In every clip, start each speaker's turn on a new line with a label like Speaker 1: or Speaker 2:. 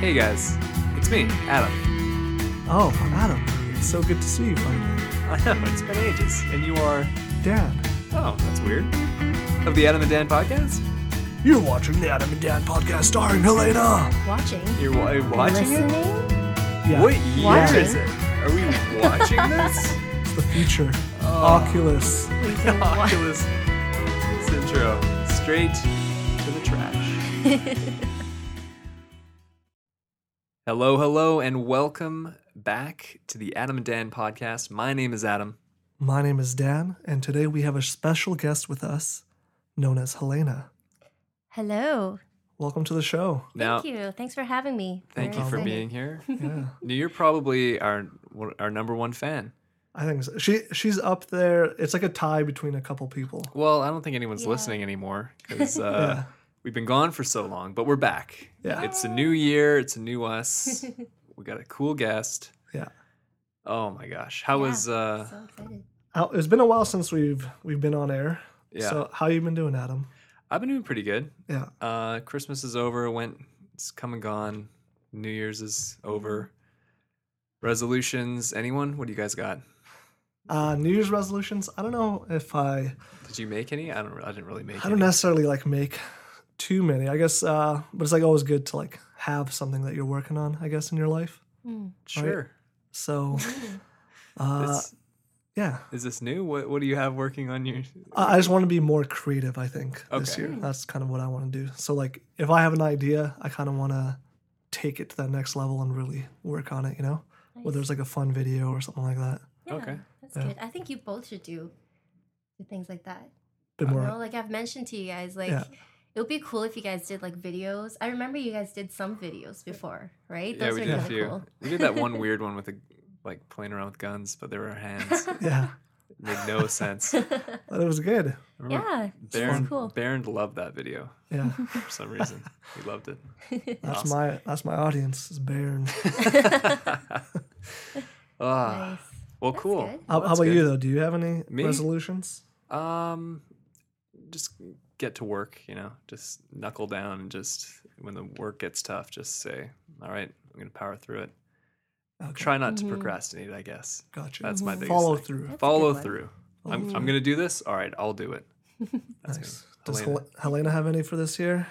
Speaker 1: Hey guys, it's me, Adam.
Speaker 2: Oh, Adam, it's so good to see you finally.
Speaker 1: I know, it's been ages. And you are.
Speaker 2: Dad,
Speaker 1: Oh, that's weird. Of the Adam and Dan podcast?
Speaker 2: you're watching the Adam and Dad podcast starring Helena.
Speaker 3: Watching.
Speaker 1: You're wa- watching
Speaker 3: listening.
Speaker 1: it?
Speaker 2: Yeah,
Speaker 1: What year
Speaker 3: Watching.
Speaker 1: is it? Are we watching this?
Speaker 2: It's the future. Oh. Oculus.
Speaker 3: We can wa-
Speaker 1: Oculus. This intro. Straight to the trash. hello, hello, and welcome back to the Adam and Dan podcast. My name is Adam.
Speaker 2: My name is Dan, and today we have a special guest with us, known as Helena.
Speaker 3: Hello.
Speaker 2: Welcome to the show.
Speaker 1: now,
Speaker 3: Thank you. Thanks for having me.
Speaker 1: thank
Speaker 3: Very
Speaker 1: you for
Speaker 3: excited.
Speaker 1: being here.
Speaker 2: Yeah,
Speaker 1: Now, You're probably our our number one fan.
Speaker 2: I think so. she she's up there. It's like a tie between a couple people.
Speaker 1: Well, I don't think anyone's
Speaker 3: Yeah.
Speaker 1: listening anymore because uh, we've been gone for so long, but we're back.
Speaker 2: Yeah.
Speaker 1: It's a new year. It's a new us. we got a cool guest.
Speaker 2: Yeah,
Speaker 1: Oh my gosh, how
Speaker 3: Yeah.
Speaker 1: was? Uh,
Speaker 3: So excited.
Speaker 2: How- it's been a while since we've we've been on air.
Speaker 1: yeah,
Speaker 2: So how you been doing, Adam?
Speaker 1: I've been doing pretty good.
Speaker 2: Yeah.
Speaker 1: Uh, Christmas is over. Went. It's come and gone. New Year's is over.
Speaker 3: Mm-hmm.
Speaker 1: Resolutions? Anyone? What do you guys got?
Speaker 2: Uh, New Year's resolutions. I don't know if I
Speaker 1: Did you make any? I don't. re- I didn't really make.
Speaker 2: I don't
Speaker 1: any.
Speaker 2: necessarily like make too many. I guess, uh, but it's like always good to like have something that you're working on. I guess in your life.
Speaker 3: Mm.
Speaker 1: Sure.
Speaker 2: So, uh,
Speaker 1: This-
Speaker 2: yeah,
Speaker 1: is this new? What What do you have working on your?
Speaker 2: I, I just want to be more creative. I think this
Speaker 1: Okay.
Speaker 2: year that's kind of what I want to do. So like, if I have an idea, I kind of want to take it to that next level and really work on it. You know, whether it's like a fun video or something like that.
Speaker 3: Yeah,
Speaker 1: Okay.
Speaker 3: That's
Speaker 2: Yeah.
Speaker 3: good. I think you both should do do things like that.
Speaker 2: Bit
Speaker 3: You
Speaker 2: more.
Speaker 3: know, like I've mentioned to you guys, like
Speaker 2: Yeah.
Speaker 3: it would be cool if you guys did like videos. I remember you guys did some videos before, right?
Speaker 1: yeah, we did a
Speaker 3: kinda
Speaker 1: few. We did that one weird one with the like playing around with guns, but there were hands. It
Speaker 2: Yeah,
Speaker 1: made no sense.
Speaker 2: but it was good.
Speaker 1: Remember
Speaker 3: yeah,
Speaker 1: Baron,
Speaker 3: that's cool.
Speaker 1: Baron loved that video
Speaker 2: Yeah,
Speaker 1: for some reason. he loved it.
Speaker 2: that's
Speaker 1: Awesome.
Speaker 2: my that's my audience is Baron.
Speaker 1: Ah,
Speaker 3: Nice.
Speaker 1: well,
Speaker 3: That's
Speaker 1: cool.
Speaker 3: good.
Speaker 2: How,
Speaker 1: Well,
Speaker 2: how
Speaker 1: that's
Speaker 2: about you though? Do you have any
Speaker 1: Me?
Speaker 2: resolutions?
Speaker 1: good. Um, just get to work. You know, just knuckle down and just when the work gets tough, just say, "All right, I'm gonna power through it."
Speaker 2: Okay.
Speaker 1: Try not
Speaker 3: Mhm.
Speaker 1: to procrastinate. I guess
Speaker 2: Gotcha.
Speaker 1: that's my biggest
Speaker 2: follow
Speaker 1: thing.
Speaker 2: through.
Speaker 3: That's a good
Speaker 1: Follow
Speaker 3: one. Mm-hmm.
Speaker 1: through. I'm, I'm gonna do this. All right, I'll do it. That's
Speaker 2: Nice.
Speaker 1: good.
Speaker 2: Does
Speaker 1: Helena.
Speaker 2: Hel- Helena have any for this year?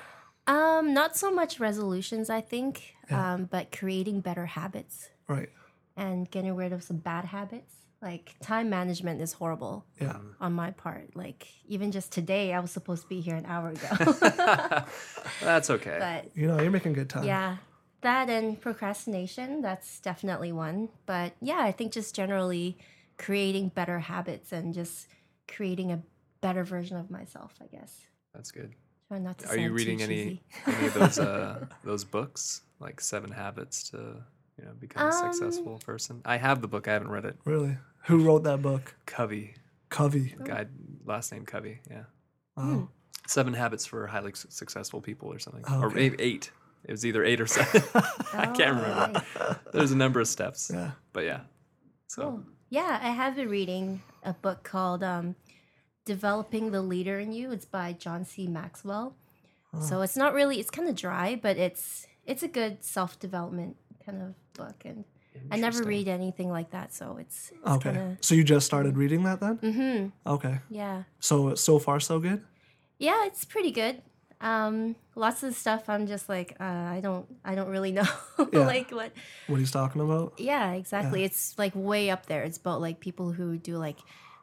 Speaker 3: Um, not so much resolutions, I think,
Speaker 2: Yeah.
Speaker 3: um, but creating better habits
Speaker 2: Right.
Speaker 3: and getting rid of some bad habits. Like time management is horrible.
Speaker 2: Yeah.
Speaker 3: on my part. Like even just today, I was supposed to be here an hour ago.
Speaker 1: That's okay.
Speaker 3: but
Speaker 2: You know, you're making good time.
Speaker 3: yeah, that and procrastination, that's definitely one. But yeah, I think just generally creating better habits and just creating a better version of myself, I guess.
Speaker 1: That's good.
Speaker 3: Try not to
Speaker 1: Are you
Speaker 3: sound too
Speaker 1: reading any
Speaker 3: cheesy.
Speaker 1: any of those uh, those books like Seven Habits to you know become a
Speaker 3: Um,
Speaker 1: successful person? I have the book. I haven't read it.
Speaker 2: Really. Who wrote that book?
Speaker 1: Covey,
Speaker 2: Covey.
Speaker 3: Oh.
Speaker 2: Oh,
Speaker 1: guy, last name Covey. Yeah,
Speaker 2: Wow.
Speaker 3: Hmm.
Speaker 1: Seven Habits for Highly Su- Successful People or something,
Speaker 2: Oh,
Speaker 1: or
Speaker 2: okay.
Speaker 1: eight, eight. It was either eight or seven. I can't
Speaker 3: Oh,
Speaker 1: remember.
Speaker 3: nice.
Speaker 1: There's a number of steps,
Speaker 2: Yeah.
Speaker 1: but yeah. So
Speaker 3: Cool. Oh, Yeah, I have been reading a book called um, Developing the Leader in You. It's by John C. Maxwell. So it's not really it's kind of dry, but it's it's a good self-development kind of book and I never
Speaker 1: Interesting.
Speaker 3: read anything like that, so it's, it's
Speaker 2: Okay.
Speaker 3: kind
Speaker 2: So you just started reading that then?
Speaker 3: of hmm
Speaker 2: Okay.
Speaker 3: yeah.
Speaker 2: So so far so good.
Speaker 3: Yeah, it's pretty good. Um, lots of stuff I'm just like uh, I don't I don't really know
Speaker 2: Yeah.
Speaker 3: like what
Speaker 2: What he's talking about?
Speaker 3: Yeah, exactly. It's like way up there. It's about like people who do like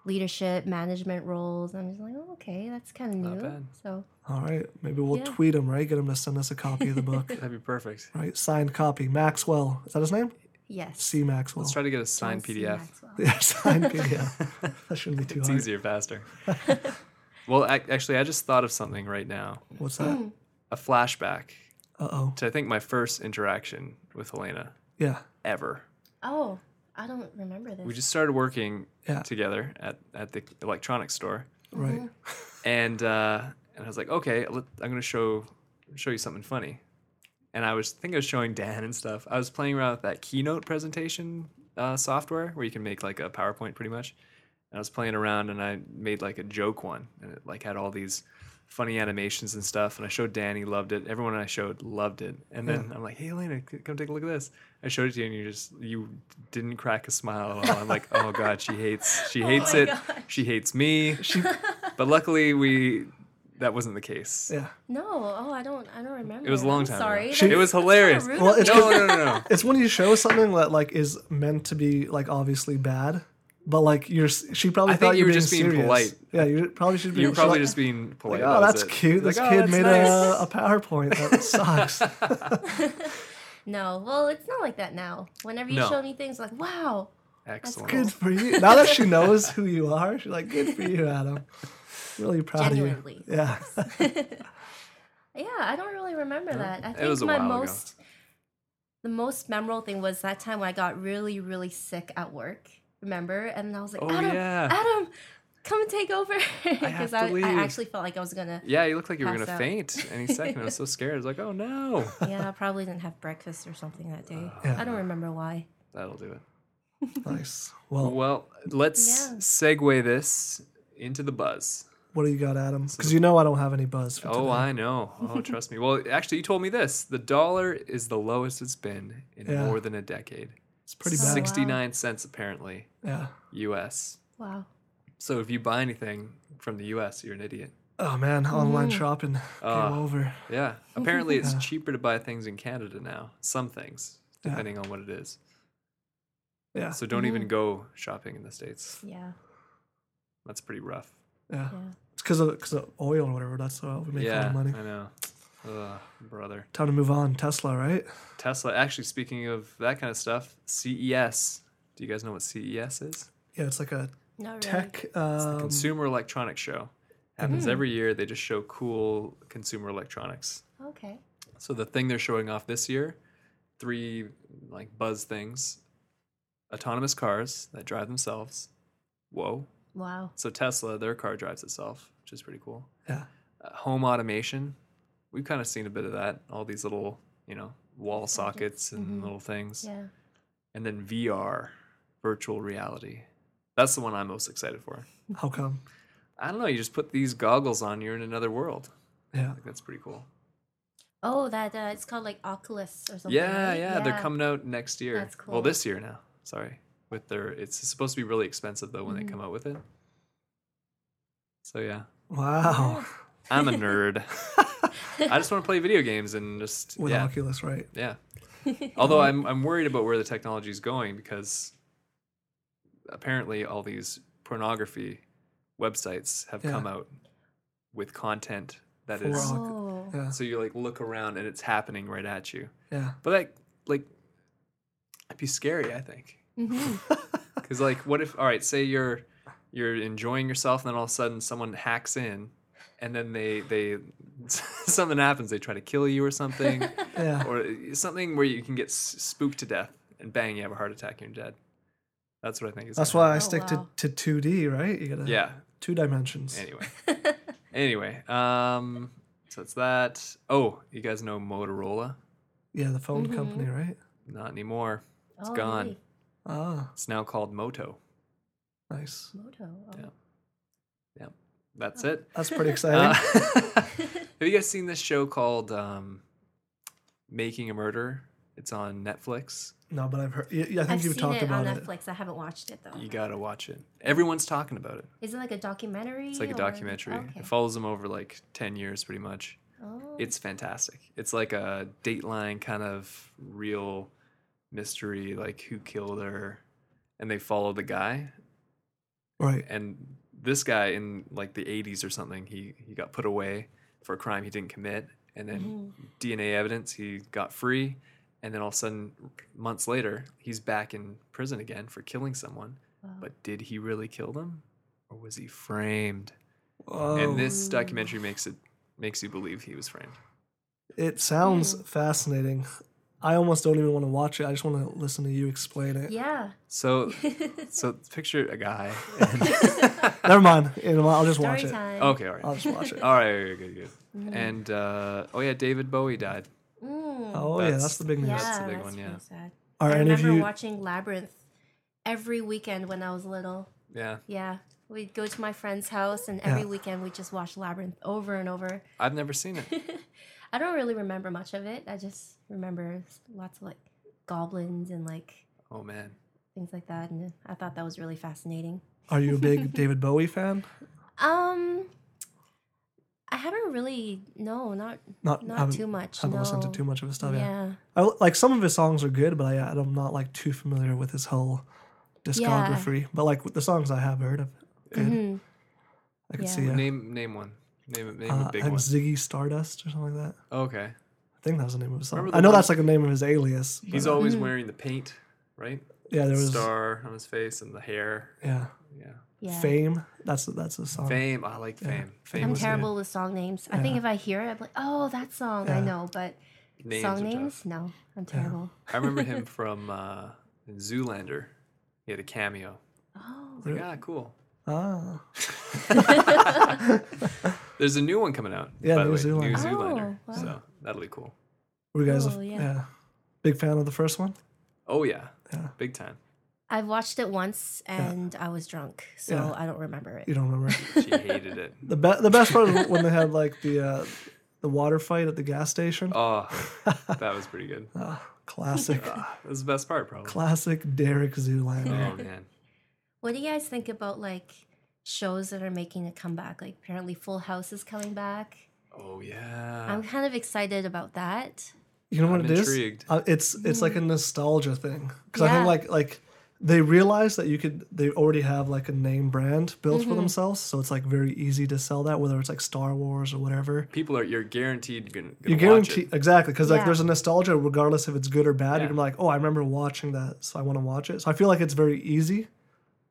Speaker 3: leadership management roles. I'm just like, oh, okay, that's kind of
Speaker 1: Not
Speaker 3: new.
Speaker 1: bad.
Speaker 3: So
Speaker 2: All right. Maybe we'll
Speaker 3: Yeah.
Speaker 2: tweet him. Right. Get him to send us a copy of the book.
Speaker 1: that'd be perfect.
Speaker 2: right. Signed copy. Maxwell. Is that his name?
Speaker 3: yes,
Speaker 2: C. Maxwell.
Speaker 1: Let's try to get a signed
Speaker 3: John C.
Speaker 1: PDF.
Speaker 3: Maxwell.
Speaker 2: Yeah. Signed PDF. that shouldn't be too
Speaker 1: It's
Speaker 2: hard.
Speaker 1: easier, faster. well, ac actually, I just thought of something right now.
Speaker 2: What's that?
Speaker 3: Hmm.
Speaker 1: A flashback
Speaker 2: Uh oh.
Speaker 1: to I think my first interaction with Helena
Speaker 2: Yeah.
Speaker 1: ever.
Speaker 3: Oh, I don't remember this.
Speaker 1: We just started working
Speaker 2: Yeah.
Speaker 1: together at, at the electronics store,
Speaker 2: Right.
Speaker 1: and uh, and I was like, okay, let, I'm gonna show show you something funny. And I was think I was showing Dan and stuff. I was playing around with that keynote presentation uh, software where you can make like a PowerPoint pretty much. And I was playing around and I made like a joke one, and it like had all these funny animations and stuff. And I showed Dan, he loved it. Everyone I showed loved it. And then
Speaker 2: Yeah.
Speaker 1: I'm like, hey, Elena, c- come take a look at this. I showed it to you, and you just you didn't crack a smile at all. I'm like, oh god, she hates, she
Speaker 3: Oh
Speaker 1: hates
Speaker 3: my
Speaker 1: it,
Speaker 3: gosh.
Speaker 1: she hates me. but luckily, we that wasn't the case.
Speaker 2: Yeah.
Speaker 3: No, oh, I don't, I don't remember.
Speaker 1: It was a long
Speaker 3: I'm
Speaker 1: time. ago.
Speaker 3: Sorry,
Speaker 2: She-
Speaker 1: it was hilarious.
Speaker 3: rude
Speaker 1: No,
Speaker 2: Well, it's
Speaker 1: no, no, no, no.
Speaker 2: It's when you show something that like is meant to be like obviously bad, but like you're s- she probably
Speaker 1: I
Speaker 2: thought
Speaker 1: think you
Speaker 2: you were
Speaker 1: were
Speaker 2: being
Speaker 1: just being
Speaker 2: serious.
Speaker 1: polite.
Speaker 2: Yeah, you probably should be.
Speaker 1: You were
Speaker 2: she's
Speaker 1: probably
Speaker 2: like-
Speaker 1: just being polite.
Speaker 2: like, oh,
Speaker 1: that
Speaker 2: that's
Speaker 1: was it.
Speaker 2: cute.
Speaker 1: Like,
Speaker 2: This
Speaker 1: "Oh,
Speaker 2: kid
Speaker 1: that's
Speaker 2: made
Speaker 1: nice."
Speaker 2: a, a PowerPoint. That sucks.
Speaker 3: no, well, it's not like that now. Whenever you
Speaker 1: No.
Speaker 3: show me things, like wow,
Speaker 1: Excellent.
Speaker 2: good for you. Now that she knows who you are, she's like, good for you, Adam. Really proud
Speaker 3: genuinely.
Speaker 2: of you. Oh, Yeah.
Speaker 3: Yeah, I don't really remember that. I
Speaker 1: It
Speaker 3: think
Speaker 1: was a
Speaker 3: my
Speaker 1: while ago.
Speaker 3: most the most memorable thing was that time when I got really, really sick at work. Remember? And I was like,
Speaker 1: Oh,
Speaker 3: Adam,
Speaker 1: yeah.
Speaker 3: Adam, come and take over. Because
Speaker 1: have
Speaker 3: I,
Speaker 1: to
Speaker 3: I,
Speaker 1: leave.
Speaker 3: actually felt like I was gonna
Speaker 1: Yeah, you looked like you were
Speaker 3: Pass
Speaker 1: gonna
Speaker 3: out.
Speaker 1: faint any second. I was so scared. I was like, oh no,
Speaker 3: Yeah, I probably didn't have breakfast or something that day.
Speaker 2: Yeah.
Speaker 3: I don't remember why.
Speaker 1: that'll do it.
Speaker 2: Nice. Well,
Speaker 1: Well, let's
Speaker 3: Yeah.
Speaker 1: segue this into the buzz.
Speaker 2: what do you got, Adam? Because you know I don't have any buzz. For
Speaker 1: Oh, I know. Oh, trust me. Well, actually, you told me this. The dollar is the lowest it's been in
Speaker 2: Yeah.
Speaker 1: more than a decade.
Speaker 2: it's pretty bad.
Speaker 3: Oh, wow. Six-
Speaker 1: 69 cents, apparently,
Speaker 2: Yeah.
Speaker 1: US.
Speaker 3: Wow.
Speaker 1: So if you buy anything from the US, you're an idiot.
Speaker 2: Oh man, online shopping. Game
Speaker 1: Ah.
Speaker 2: over.
Speaker 1: Yeah. Apparently, it's cheaper to buy things in Canada now, some things,
Speaker 2: Yeah. Uh,
Speaker 1: depending on what it is.
Speaker 2: Yeah.
Speaker 1: So don't even go shopping in the States.
Speaker 3: Yeah.
Speaker 1: That's pretty rough.
Speaker 2: Yeah.
Speaker 3: Yeah.
Speaker 2: It's because of because of oil or whatever. That's how we make all
Speaker 1: yeah,
Speaker 2: the money.
Speaker 1: I know. Ugh, brother.
Speaker 2: Time to move on. Tesla, right?
Speaker 1: Tesla. Actually, speaking of that kind of stuff, CES. Do you guys know what CES is?
Speaker 2: Yeah, it's like a
Speaker 3: Not really.
Speaker 2: tech. Um, Hmm.
Speaker 1: Consumer Electronics Show. Happens every year. They just show cool consumer electronics.
Speaker 3: Okay.
Speaker 1: So the thing they're showing off this year, three like buzz things, autonomous cars that drive themselves. Whoa.
Speaker 3: Wow.
Speaker 1: So Tesla, their car drives itself, which is pretty cool.
Speaker 2: yeah.
Speaker 1: Uh, home automation. We've kind of seen a bit of that. All these little, you know, wall sockets and little things.
Speaker 3: Yeah.
Speaker 1: And then VR, virtual reality. That's the one I'm most excited for.
Speaker 2: How come?
Speaker 1: I don't know. You just put these goggles on, you're in another world.
Speaker 2: Yeah.
Speaker 1: Like, that's pretty cool.
Speaker 3: Oh, that uh, it's called like Oculus or something.
Speaker 1: Yeah,
Speaker 3: right?
Speaker 1: yeah, They're coming out next year.
Speaker 3: That's
Speaker 1: Well,
Speaker 3: cool.
Speaker 1: this year now. Sorry. With their, it's supposed to be really expensive though when
Speaker 3: Mm-hmm.
Speaker 1: they come out with it. So yeah,
Speaker 2: Wow.
Speaker 1: I'm a nerd. I just want to play video games and just
Speaker 2: With
Speaker 1: yeah,
Speaker 2: Oculus, right?
Speaker 1: yeah. Although I'm I'm worried about where the technology is going because apparently all these pornography websites have
Speaker 2: Yeah.
Speaker 1: come out with content that
Speaker 2: For
Speaker 1: is
Speaker 2: Oc-
Speaker 3: Oh.
Speaker 2: Yeah.
Speaker 1: so you like look around and it's happening right at you.
Speaker 2: Yeah.
Speaker 1: But that like it'd be scary, I think.
Speaker 3: Mm-hmm.
Speaker 1: Because like, what if? All right, say you're you're enjoying yourself, and then all of a sudden someone hacks in, and then they they something happens. They try to kill you or something,
Speaker 2: Yeah.
Speaker 1: or uh, something where you can get s- spooked to death, and bang, you have a heart attack, and you're dead. That's what I think is.
Speaker 2: That's
Speaker 1: gonna
Speaker 2: why I
Speaker 3: Oh,
Speaker 2: stick
Speaker 3: wow.
Speaker 2: to to 2D, right? You gotta
Speaker 1: happen.
Speaker 2: two dimensions.
Speaker 1: Yeah. Anyway. anyway. Um. So it's that. Oh, you guys know Motorola?
Speaker 2: Yeah, the phone
Speaker 3: Mm-hmm.
Speaker 2: company, right?
Speaker 1: Not anymore. It's
Speaker 3: oh,
Speaker 1: gone.
Speaker 3: really?
Speaker 2: Ah,
Speaker 1: It's now called Moto.
Speaker 2: nice.
Speaker 3: Moto. Oh.
Speaker 1: Yeah. Yeah. That's it.
Speaker 2: That's pretty exciting.
Speaker 1: Uh, have you guys seen this show called um, Making a Murderer? It's on Netflix.
Speaker 2: no, but I've heard. Yeah, yeah, I think
Speaker 3: I've
Speaker 2: you've
Speaker 3: seen
Speaker 2: talked
Speaker 3: it on
Speaker 2: about it.
Speaker 3: Netflix. I haven't watched it though.
Speaker 1: You gotta watch it. Everyone's talking about it.
Speaker 3: Is it like a documentary?
Speaker 1: It's like a
Speaker 3: or-
Speaker 1: documentary.
Speaker 3: Okay.
Speaker 1: It follows them over like ten years, pretty much.
Speaker 3: oh.
Speaker 1: It's fantastic. It's like a Dateline kind of real mystery, like who killed her, and they follow the guy.
Speaker 2: Right.
Speaker 1: and this guy in like the 80s or something he he got put away for a crime he didn't commit and then
Speaker 3: Mm-hmm.
Speaker 1: dna evidence he got free and then all of a sudden months later he's back in prison again for killing someone but did he really kill them or was he framed
Speaker 2: Oh,
Speaker 1: and this documentary makes it makes you believe he was framed
Speaker 2: it sounds
Speaker 3: Hmm.
Speaker 2: fascinating. I almost don't even want to watch it. I just want to listen to you explain it.
Speaker 3: yeah.
Speaker 1: so so picture a guy
Speaker 2: Never mind. You know what, I'll just watch
Speaker 3: Story
Speaker 2: it.
Speaker 3: time.
Speaker 1: okay all right
Speaker 2: I'll just watch it.
Speaker 1: all right Mm-hmm. good good and uh, oh yeah david bowie died
Speaker 2: Oh yeah, that's
Speaker 1: That's-
Speaker 2: the big news.
Speaker 3: Mm. yeah,
Speaker 1: that's the big one,
Speaker 3: pretty
Speaker 1: yeah.
Speaker 3: sad.
Speaker 2: Are
Speaker 3: I
Speaker 2: any of
Speaker 3: remember
Speaker 2: you?
Speaker 3: watching Labyrinth every weekend when I was little.
Speaker 1: yeah
Speaker 3: Yeah. We'd go to my friend's house, and every
Speaker 2: Yeah.
Speaker 3: weekend we just watch Labyrinth over and over.
Speaker 1: I've never seen it.
Speaker 3: I don't really remember much of it. I just remember s- lots of like goblins and like
Speaker 1: Oh man.
Speaker 3: things like that, and I thought that was really fascinating.
Speaker 2: Are you a big David Bowie fan?
Speaker 3: Um, I haven't really no, not
Speaker 2: Not,
Speaker 3: not
Speaker 2: haven't,
Speaker 3: too much.
Speaker 2: haven't
Speaker 3: no.
Speaker 2: listened to too much of his stuff. Yeah.
Speaker 3: Yeah,
Speaker 2: I, like some of his songs are good, but I, I'm not like too familiar with his whole discography. But like with the songs I have heard of, good.
Speaker 3: Mhm.
Speaker 2: I could
Speaker 3: Yeah.
Speaker 2: see it.
Speaker 1: Name name one. Name name
Speaker 2: Uh,
Speaker 1: a
Speaker 2: I
Speaker 1: big
Speaker 2: think
Speaker 1: one.
Speaker 2: Ziggy Stardust or something like that.
Speaker 1: Okay.
Speaker 2: I think that was the name of his song.
Speaker 1: Remember the
Speaker 2: I know
Speaker 1: one-
Speaker 2: that's like the name of his alias. but,
Speaker 1: He's
Speaker 2: uh,
Speaker 1: always
Speaker 3: Mhm.
Speaker 1: wearing the paint, right?
Speaker 2: yeah. There was
Speaker 1: Star on his face and the hair.
Speaker 2: yeah,
Speaker 1: Yeah.
Speaker 3: yeah.
Speaker 2: Fame. That's that's a song.
Speaker 1: Fame. I like
Speaker 2: Um, Yeah.
Speaker 1: fame. Fame
Speaker 3: I'm
Speaker 1: was good.
Speaker 3: terrible with song names. I think
Speaker 2: Yeah.
Speaker 3: if I hear it, I'm like, oh, that song I
Speaker 2: Yeah.
Speaker 3: know, but
Speaker 1: Names
Speaker 3: song
Speaker 1: are tough.
Speaker 3: names, no, I'm terrible.
Speaker 1: I remember him from uh, Zoolander. He had a cameo.
Speaker 3: Oh,
Speaker 1: Like, ah, cool.
Speaker 2: Ah,
Speaker 1: There's a new one coming out.
Speaker 2: Yeah,
Speaker 1: by
Speaker 2: New
Speaker 1: the way,
Speaker 2: Zoolander.
Speaker 1: New Zoolander.
Speaker 3: Oh, wow.
Speaker 1: So that'll be cool.
Speaker 2: were you guys? a-
Speaker 3: Cool,
Speaker 2: yeah.
Speaker 3: yeah.
Speaker 2: Big fan of the first one.
Speaker 1: Oh yeah,
Speaker 2: Yeah.
Speaker 1: big time.
Speaker 3: I've watched it once and I was drunk, so
Speaker 2: Yeah.
Speaker 3: I don't remember
Speaker 2: You
Speaker 3: it.
Speaker 2: don't remember
Speaker 1: She hated it.
Speaker 2: the be- the best part was when they had like the uh, the water fight at the gas station.
Speaker 1: Oh, that was pretty good. Ah,
Speaker 2: Ah, classic,
Speaker 1: That was the best part, probably.
Speaker 2: classic Derek Zoolander.
Speaker 1: Oh man,
Speaker 3: What do you guys think about like shows that are making a comeback? Like apparently Full House is coming back.
Speaker 1: oh yeah.
Speaker 3: I'm kind of excited about that.
Speaker 2: You know what
Speaker 1: I'm
Speaker 2: it is?
Speaker 1: intrigued.
Speaker 2: Uh, it's it's like a nostalgia thing because I
Speaker 3: Hmm. Yeah.
Speaker 2: think like like they realize that you could they already have like a name brand built
Speaker 3: Mm-hmm.
Speaker 2: for themselves, so it's like very easy to sell that whether it's like Star Wars or whatever.
Speaker 1: People are you're guaranteed gonna, gonna
Speaker 2: You
Speaker 1: watch
Speaker 2: guarantee
Speaker 1: it.
Speaker 2: exactly because like
Speaker 3: Yeah.
Speaker 2: there's a nostalgia regardless if it's good or bad.
Speaker 1: Yeah.
Speaker 2: You're like, oh, I remember watching that, so I want to watch it. So I feel like it's very easy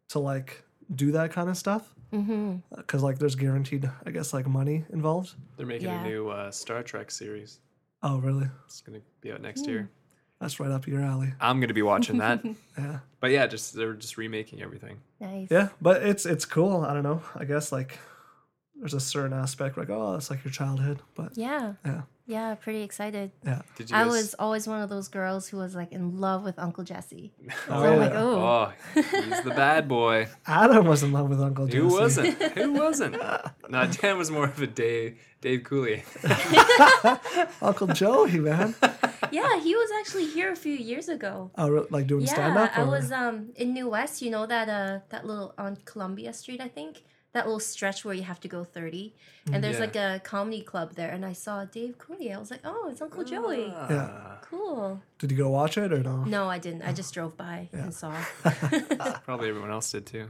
Speaker 2: to like do that kind of stuff
Speaker 3: Mm-hmm.
Speaker 2: because like there's guaranteed, I guess, like money involved.
Speaker 1: They're making
Speaker 3: Yeah.
Speaker 1: a new uh, Star Trek series.
Speaker 2: Oh, really?
Speaker 1: It's gonna be out
Speaker 3: Hmm.
Speaker 1: next year.
Speaker 2: That's right up your alley.
Speaker 1: I'm gonna be watching that.
Speaker 2: Yeah.
Speaker 1: but yeah, just they're just remaking everything.
Speaker 3: Nice.
Speaker 2: Yeah, but it's it's cool. I don't know. I guess like there's a certain aspect like oh, it's like your childhood, but
Speaker 3: Yeah.
Speaker 2: yeah,
Speaker 3: Yeah, pretty excited.
Speaker 2: yeah.
Speaker 1: Did you?
Speaker 3: I
Speaker 1: guys-
Speaker 3: was always one of those girls who was like in love with Uncle Jesse.
Speaker 2: Oh,
Speaker 3: So I'm like,
Speaker 2: yeah.
Speaker 3: oh,
Speaker 1: Oh, he's the bad boy.
Speaker 2: Adam was in love with Uncle Jesse.
Speaker 1: Who wasn't? Who wasn't? No, Dan was more of a Dave Dave Cooley.
Speaker 2: Uncle Joey, man.
Speaker 3: yeah, he was actually here a few years ago.
Speaker 2: Oh, really, like doing stand
Speaker 3: Yeah,
Speaker 2: up.
Speaker 3: I was um in New West. You know that uh that little on Columbia Street, I think that little stretch where you have to go thirty,
Speaker 2: Mm,
Speaker 3: and there's
Speaker 1: Yeah.
Speaker 3: like a comedy club there, and I saw Dave Cooley. I was like, oh, it's Uncle Joey.
Speaker 1: Ah,
Speaker 3: Cool.
Speaker 2: Did you go watch it or no?
Speaker 3: uh, No, I didn't. I just drove by and saw.
Speaker 1: Probably everyone else did too.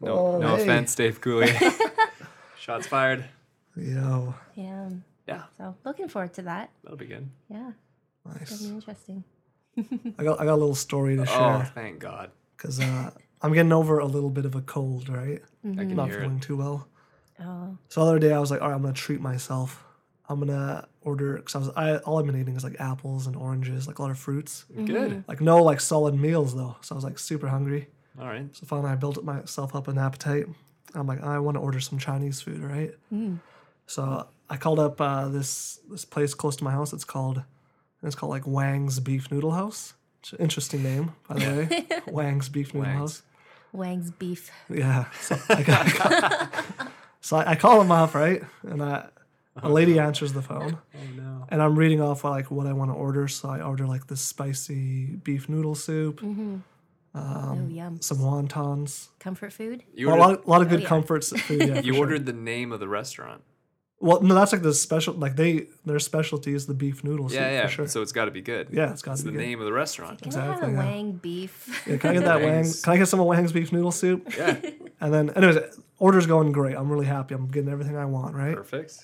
Speaker 2: no,
Speaker 1: No offense, Dave Cooley. Shots fired.
Speaker 2: Yo,
Speaker 3: yeah.
Speaker 1: Yeah.
Speaker 3: So looking forward to that.
Speaker 1: That'll be good.
Speaker 3: Yeah, it'll
Speaker 2: nice.
Speaker 3: be interesting.
Speaker 2: I got I got a little story to
Speaker 1: Oh,
Speaker 2: share
Speaker 1: thank God.
Speaker 2: because uh, I'm getting over a little bit of a cold, right?
Speaker 1: I can
Speaker 3: Mm. Mm-hmm.
Speaker 2: Not
Speaker 1: hear
Speaker 2: feeling
Speaker 1: it.
Speaker 2: too well.
Speaker 3: Oh,
Speaker 2: So the other day I was like, all right, I'm gonna treat myself. I'm gonna order because I was I, all I've been eating is like apples and oranges, like a lot of fruits.
Speaker 1: Good.
Speaker 2: Like no like solid meals though. So I was like super hungry.
Speaker 3: Mm-hmm.
Speaker 1: All right.
Speaker 2: So finally I built myself up an appetite. I'm like, I want to order some Chinese food, right? So I called up uh, this this place close to my house. It's called it's called like Wang's Beef Noodle House. It's an interesting name, by the way. Wang's Beef Noodle
Speaker 1: Wang's.
Speaker 2: House.
Speaker 3: Wang's beef.
Speaker 2: Yeah. So I, so I, I call him up, right? And I, a
Speaker 1: Uh-huh.
Speaker 2: lady answers the phone,
Speaker 1: Oh no.
Speaker 2: and I'm reading off like what I want to order. So I order like this spicy beef noodle soup,
Speaker 3: oh, yum.
Speaker 2: some wontons,
Speaker 3: Comfort food.
Speaker 1: You
Speaker 2: a
Speaker 1: ordered,
Speaker 2: lot, a lot of good
Speaker 3: yeah.
Speaker 2: comforts. Food, yeah, for
Speaker 1: you
Speaker 2: sure.
Speaker 1: ordered the name of the restaurant.
Speaker 2: Well, no, that's like the special. Like they, their specialty is the beef noodle soup.
Speaker 1: Yeah, yeah.
Speaker 2: for sure.
Speaker 1: So it's got to be good.
Speaker 2: yeah, it's got
Speaker 1: It's
Speaker 2: to be
Speaker 1: the
Speaker 2: good.
Speaker 1: name of the restaurant.
Speaker 3: Can I
Speaker 2: Exactly,
Speaker 3: have a
Speaker 2: yeah.
Speaker 3: Wang beef?
Speaker 2: Yeah, can I get that Wang?
Speaker 1: Wang's.
Speaker 2: Can I get some of Wang's beef noodle soup?
Speaker 1: Yeah.
Speaker 2: And then, anyways, order's going great. I'm really happy. I'm getting everything I want. Right.
Speaker 1: Perfect.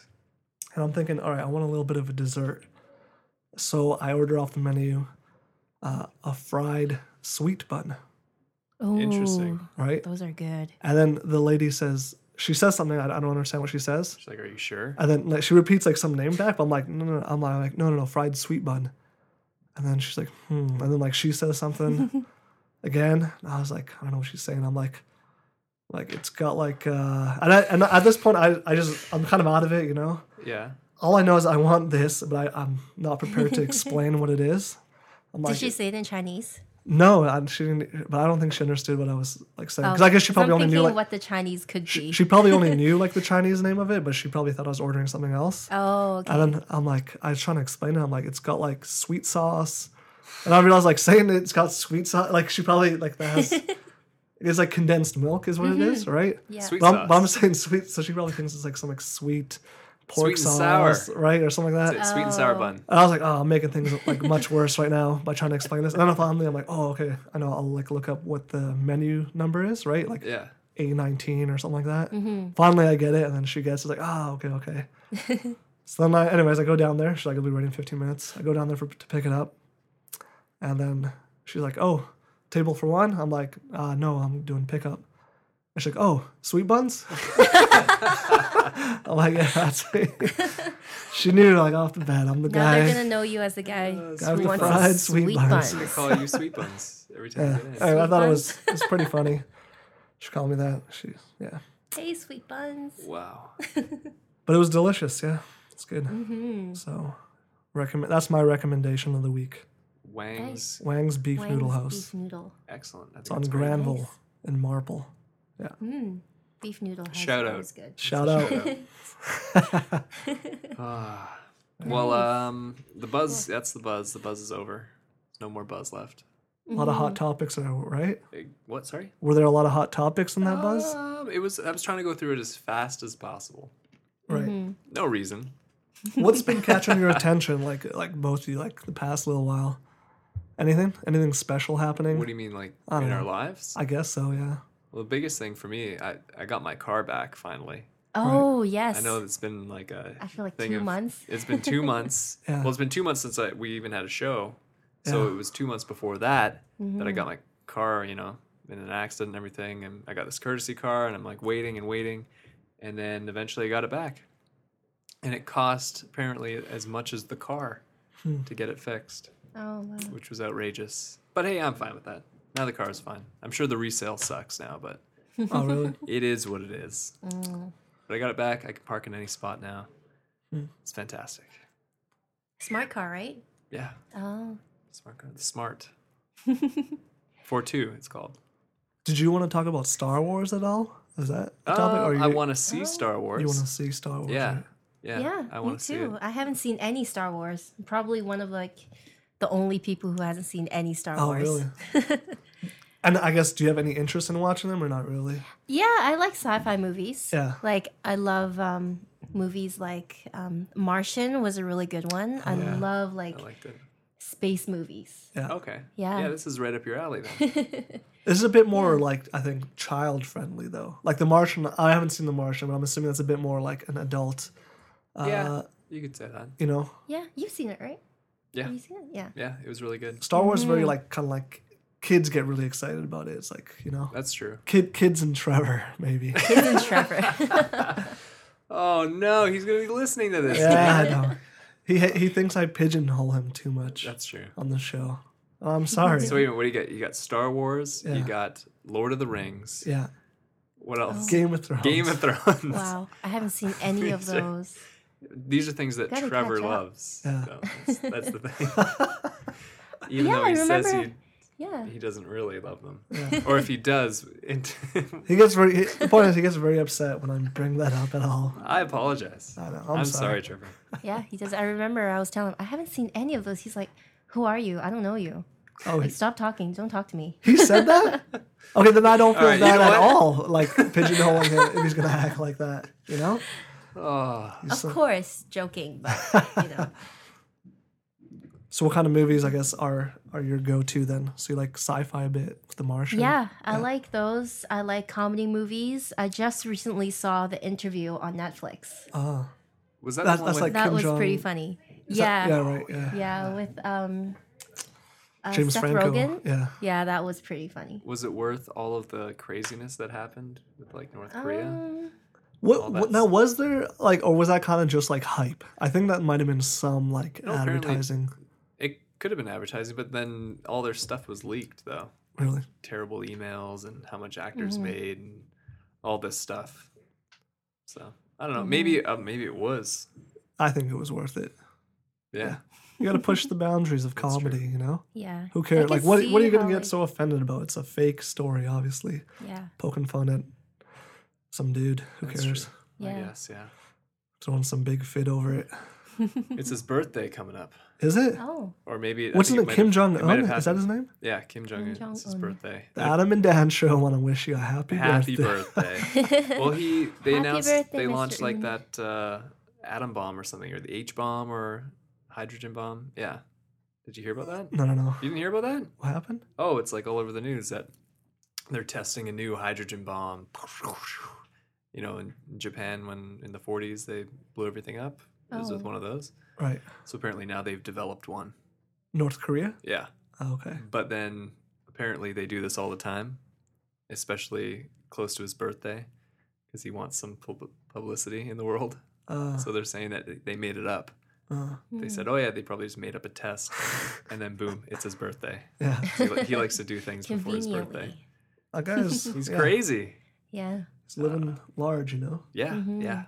Speaker 2: and I'm thinking, all right, I want a little bit of a dessert. So I order off the menu uh, a fried sweet bun,
Speaker 3: Ooh,
Speaker 1: Interesting.
Speaker 2: right?
Speaker 3: Those are good.
Speaker 2: And then the lady says, she says something, I, I don't understand what she says.
Speaker 1: She's like, "Are you sure?"
Speaker 2: And then like, she repeats like some name back, but I'm like, no, no, no. I'm like, no, no, no, fried sweet bun. And then she's like, hmm. And then like she says something again. And I was like, I don't know what she's saying. I'm like, like it's got like, uh, and I, and at this point, I, I just, I'm kind of out of it, you know?
Speaker 1: Yeah.
Speaker 2: all I know is I want this, but I, I'm not prepared to explain what it is. I'm like,
Speaker 3: Did she say it in Chinese?
Speaker 2: No, I, she didn't. But I don't think she understood what I was like saying because I guess she
Speaker 3: I'm
Speaker 2: probably only knew
Speaker 3: thinking
Speaker 2: like
Speaker 3: Oh, what the Chinese could be.
Speaker 2: she, she probably only knew like the Chinese name of it, but she probably thought I was ordering something else.
Speaker 3: oh, okay.
Speaker 2: And then I'm like, I was trying to explain it. I'm like, it's got like sweet sauce, and I realized like saying it's got sweet sauce, like she probably like that has it's like condensed milk is what it is, right?
Speaker 3: Mm-hmm. yeah.
Speaker 1: Sweet
Speaker 2: But I'm, but I'm
Speaker 1: sauce.
Speaker 2: saying sweet, so she probably thinks it's like some like sweet pork
Speaker 1: Sweet and sour.
Speaker 2: sauce, right, or something like that.
Speaker 1: Sweet and sour
Speaker 3: Oh.
Speaker 1: bun.
Speaker 2: And I was like, oh, I'm making things like much worse right now by trying to explain this. And then finally, I'm like, oh, okay, I know. I'll like look up what the menu number is, right? Like
Speaker 1: Yeah.
Speaker 2: A19 or something like that.
Speaker 3: Mm-hmm.
Speaker 2: Finally, I get it, and then she gets it's like, ah, okay, okay. so then, I, anyways, I go down there. She's like, I'll be ready in 15 minutes. I go down there for, to pick it up, and then she's like, oh, table for one. I'm like, uh, no, I'm doing pickup. And she's like, oh, sweet buns. I'm like, yeah, that's me. she knew like off the bat, I'm the
Speaker 3: Now
Speaker 2: guy.
Speaker 3: they're gonna know you as the guy
Speaker 1: sweet
Speaker 3: who wants a
Speaker 2: fried sweet
Speaker 3: sweet,
Speaker 2: buns.
Speaker 3: buns.
Speaker 1: They call you sweet buns every time you
Speaker 2: Yeah.
Speaker 1: get in.
Speaker 2: Anyway, I
Speaker 3: Sweet
Speaker 2: thought it
Speaker 3: buns.
Speaker 2: was it was pretty funny. She called me that. She yeah,
Speaker 3: Hey, sweet buns.
Speaker 1: Wow.
Speaker 2: but it was delicious. Yeah, it's good.
Speaker 3: Mm-hmm.
Speaker 2: So recommend that's my recommendation of the week.
Speaker 1: Wang's.
Speaker 2: Wang's Beef
Speaker 3: Wang's
Speaker 2: Noodle House.
Speaker 3: Beef noodle.
Speaker 1: Excellent. I think
Speaker 2: It's on
Speaker 1: it's great.
Speaker 2: Granville
Speaker 3: Nice.
Speaker 2: in Marble.
Speaker 3: Hmm. Beef noodle. House
Speaker 1: Shout
Speaker 3: is
Speaker 1: out.
Speaker 3: always good.
Speaker 2: Shout out.
Speaker 1: Ah. well, um, the buzz. That's the buzz. The buzz is over. No more buzz left.
Speaker 2: A lot of hot topics, are right?
Speaker 1: Eh, What? Sorry.
Speaker 2: Were there a lot of hot topics in that buzz?
Speaker 1: Um, it was. I was trying to go through it as fast as possible.
Speaker 2: Right.
Speaker 1: No reason.
Speaker 2: What's been catching your attention, like like both of you, like the past little while? Anything? Anything special happening?
Speaker 1: What do you mean, like
Speaker 2: I don't
Speaker 1: in our
Speaker 2: know.
Speaker 1: lives?
Speaker 2: I guess so. Yeah.
Speaker 1: well, the biggest thing for me, I I got my car back finally.
Speaker 3: Oh yes.
Speaker 1: I know it's been like a.
Speaker 3: I feel like
Speaker 1: thing
Speaker 3: two
Speaker 1: of-
Speaker 3: months.
Speaker 1: It's been two months.
Speaker 2: Yeah.
Speaker 1: Well, it's been two months since I, we even had a show. So
Speaker 2: Yeah.
Speaker 1: it was two months before that
Speaker 3: Mm-hmm.
Speaker 1: that I got my car, you know, in an accident and everything. And I got this courtesy car and I'm like waiting and waiting. And then eventually I got it back. And it cost apparently as much as the car
Speaker 2: Hmm.
Speaker 1: to get it fixed,
Speaker 3: Oh wow.
Speaker 1: which was outrageous. But hey, I'm fine with that. Now the car's fine. I'm sure the resale sucks now, but
Speaker 2: Oh really?
Speaker 1: it is what it is.
Speaker 3: Mm.
Speaker 1: But I got it back. I can park in any spot now.
Speaker 2: Hmm.
Speaker 1: It's fantastic.
Speaker 3: Smart car, right?
Speaker 1: Yeah.
Speaker 3: Oh.
Speaker 1: Smart card. Smart. Four two, it's called.
Speaker 2: Did you want to talk about Star Wars at all? Is that a topic?
Speaker 1: Uh,
Speaker 2: or you,
Speaker 1: I want to see Star Wars.
Speaker 2: you want to see Star Wars?
Speaker 1: yeah,
Speaker 2: right?
Speaker 1: yeah.
Speaker 3: Oh. Yeah.
Speaker 1: I
Speaker 3: me
Speaker 1: want to see
Speaker 3: too.
Speaker 1: it.
Speaker 3: I haven't seen any Star Wars. I'm probably one of like the only people who hasn't seen any Star
Speaker 2: Oh
Speaker 3: Wars.
Speaker 2: really? and I guess do you have any interest in watching them or not really?
Speaker 3: Yeah, I like sci-fi movies.
Speaker 2: Yeah.
Speaker 3: Like I love um movies like um Martian was a really good one. I
Speaker 2: yeah.
Speaker 3: love like
Speaker 1: I liked it.
Speaker 3: space movies.
Speaker 2: Yeah.
Speaker 1: Okay.
Speaker 3: Yeah.
Speaker 1: Yeah, this is right up your alley then.
Speaker 2: This is a bit more like I think child friendly though. Like The Martian, I haven't seen The Martian, but I'm assuming that's a bit more like an adult. uh,
Speaker 1: yeah, you could say that.
Speaker 2: You know,
Speaker 3: Yeah, you've seen it, right?
Speaker 1: Yeah,
Speaker 3: Have you seen it? Yeah.
Speaker 1: yeah. It was really good.
Speaker 2: Star Wars is very like kind of like kids get really excited about it. It's like you know,
Speaker 1: That's true.
Speaker 2: kid kids and Trevor maybe.
Speaker 3: Kids and Trevor.
Speaker 1: Oh no, he's gonna be listening to this.
Speaker 2: yeah, I know. He he thinks I pigeonhole him too much
Speaker 1: That's true.
Speaker 2: on the show. I'm sorry.
Speaker 1: So wait a minute, what do you got? You got Star Wars. You
Speaker 2: Yeah.
Speaker 1: got Lord of the Rings.
Speaker 2: yeah,
Speaker 1: What else?
Speaker 2: Game of Thrones.
Speaker 1: Game of Thrones.
Speaker 3: Oh. wow. I haven't seen any of
Speaker 1: These are-
Speaker 3: those.
Speaker 1: These are things that
Speaker 3: Gotta
Speaker 1: Trevor
Speaker 3: catch up.
Speaker 1: loves.
Speaker 2: Yeah.
Speaker 1: So that's, that's the thing. Even
Speaker 3: Yeah,
Speaker 1: though
Speaker 3: I
Speaker 1: he says
Speaker 3: remember-
Speaker 1: he
Speaker 3: Yeah.
Speaker 1: he doesn't really love them. or if he does, it,
Speaker 2: He gets very. He, the point is, he gets very upset when I bring that up at all.
Speaker 1: I apologize.
Speaker 2: I know. I'm,
Speaker 1: I'm, sorry.
Speaker 2: sorry.
Speaker 1: Trevor.
Speaker 3: Yeah, he does. I remember I was telling him, I haven't seen any of those. He's like, Who are you? I don't know you.
Speaker 2: Oh,
Speaker 3: Like,
Speaker 2: he,
Speaker 3: stop talking. Don't talk to me.
Speaker 2: he said that. Okay, then I don't feel
Speaker 1: right, you
Speaker 2: bad
Speaker 1: know what?
Speaker 2: at all. Like pigeonholing him if he's gonna act like that. You know.
Speaker 1: Oh,
Speaker 2: He's uh,
Speaker 3: Of
Speaker 2: so-
Speaker 3: course, joking, but you know.
Speaker 2: So, what kind of movies, I guess, are are your go to then? So you like sci-fi a bit, The Martian.
Speaker 3: Yeah, I like those. I like comedy movies. I just recently saw The Interview on Netflix.
Speaker 2: Ah,
Speaker 1: was that,
Speaker 2: That-
Speaker 1: the one
Speaker 2: that's
Speaker 1: with
Speaker 2: like-
Speaker 3: That
Speaker 2: Kim
Speaker 3: was pretty
Speaker 2: Jong-
Speaker 3: funny.
Speaker 2: is that-
Speaker 3: Yeah.
Speaker 2: yeah. Right. Yeah.
Speaker 3: yeah, with um uh,
Speaker 2: James
Speaker 3: Seth
Speaker 2: Franco.
Speaker 3: Rogen. Yeah.
Speaker 2: Yeah.
Speaker 3: that was pretty funny.
Speaker 1: was it worth all of the craziness that happened with like North Korea?
Speaker 3: Um,
Speaker 2: What, what
Speaker 1: that's-
Speaker 2: now? Was there like, or was that kind of just like hype? I think that might have been some like
Speaker 1: No, apparently-
Speaker 2: advertising.
Speaker 1: it could have been advertising, but then all their stuff was leaked though.
Speaker 2: Really?
Speaker 1: Terrible emails and how much actors
Speaker 3: Mm-hmm.
Speaker 1: made and all this stuff.
Speaker 3: Mm-hmm.
Speaker 1: So I don't know. Maybe uh, maybe it was.
Speaker 2: I think it was worth it.
Speaker 1: Yeah.
Speaker 2: You got to push the boundaries of
Speaker 1: That's true.
Speaker 2: comedy. You know,
Speaker 3: Yeah.
Speaker 2: who
Speaker 3: I
Speaker 2: cares?
Speaker 3: can
Speaker 2: Like, what what are
Speaker 3: see
Speaker 2: you gonna
Speaker 3: how,
Speaker 2: get
Speaker 3: like-
Speaker 2: so offended about? It's a fake story, obviously.
Speaker 3: Yeah.
Speaker 2: Poking fun at some dude. Who
Speaker 1: That's
Speaker 2: cares?
Speaker 1: true. I
Speaker 3: Yeah.
Speaker 1: guess, yeah.
Speaker 2: Throwing some big fit over it.
Speaker 1: It's his birthday coming up.
Speaker 2: Is it?
Speaker 3: Oh.
Speaker 1: Or maybe. I
Speaker 2: What's his
Speaker 1: think
Speaker 2: name? Kim
Speaker 1: might have-
Speaker 2: Jong
Speaker 1: it might
Speaker 2: Un.
Speaker 1: have
Speaker 2: Is that
Speaker 1: happened.
Speaker 2: his name?
Speaker 1: Yeah, Kim Jong Un. It's his
Speaker 3: Jong-un.
Speaker 1: birthday.
Speaker 2: The Adam and Dan Show want to wish you a happy,
Speaker 1: Happy
Speaker 2: birthday.
Speaker 1: birthday. well, he they
Speaker 3: Happy
Speaker 1: announced
Speaker 3: birthday,
Speaker 1: they
Speaker 3: Mr.
Speaker 1: launched like
Speaker 3: Un.
Speaker 1: that uh, atom bomb or something, or the H bomb or hydrogen bomb. Yeah, did you hear about that?
Speaker 2: No, no, no.
Speaker 1: You didn't hear about that?
Speaker 2: What happened?
Speaker 1: Oh, it's like all over the news that they're testing a new hydrogen bomb. You know, in in Japan, when in the 40s they blew everything up, it was with
Speaker 3: Oh.
Speaker 1: one of those.
Speaker 2: Right.
Speaker 1: So apparently now they've developed one.
Speaker 2: North Korea.
Speaker 1: Yeah,
Speaker 2: Oh, okay.
Speaker 1: but then apparently they do this all the time, especially close to his birthday, because he wants some pub- publicity in the world.
Speaker 2: Uh,
Speaker 1: Mm. So they're saying that they- they made it up.
Speaker 2: uh,
Speaker 1: They
Speaker 3: Hmm.
Speaker 1: said, "Oh yeah, they probably just made up a test," and then boom, it's his birthday.
Speaker 2: yeah.
Speaker 1: He, li- he likes to do things before his
Speaker 3: Conveniently.
Speaker 1: birthday.
Speaker 2: That guy's
Speaker 1: He's Uh.
Speaker 2: yeah,
Speaker 1: crazy.
Speaker 3: Yeah.
Speaker 2: He's living large, you know.
Speaker 1: Yeah,
Speaker 3: Mhm.
Speaker 1: yeah.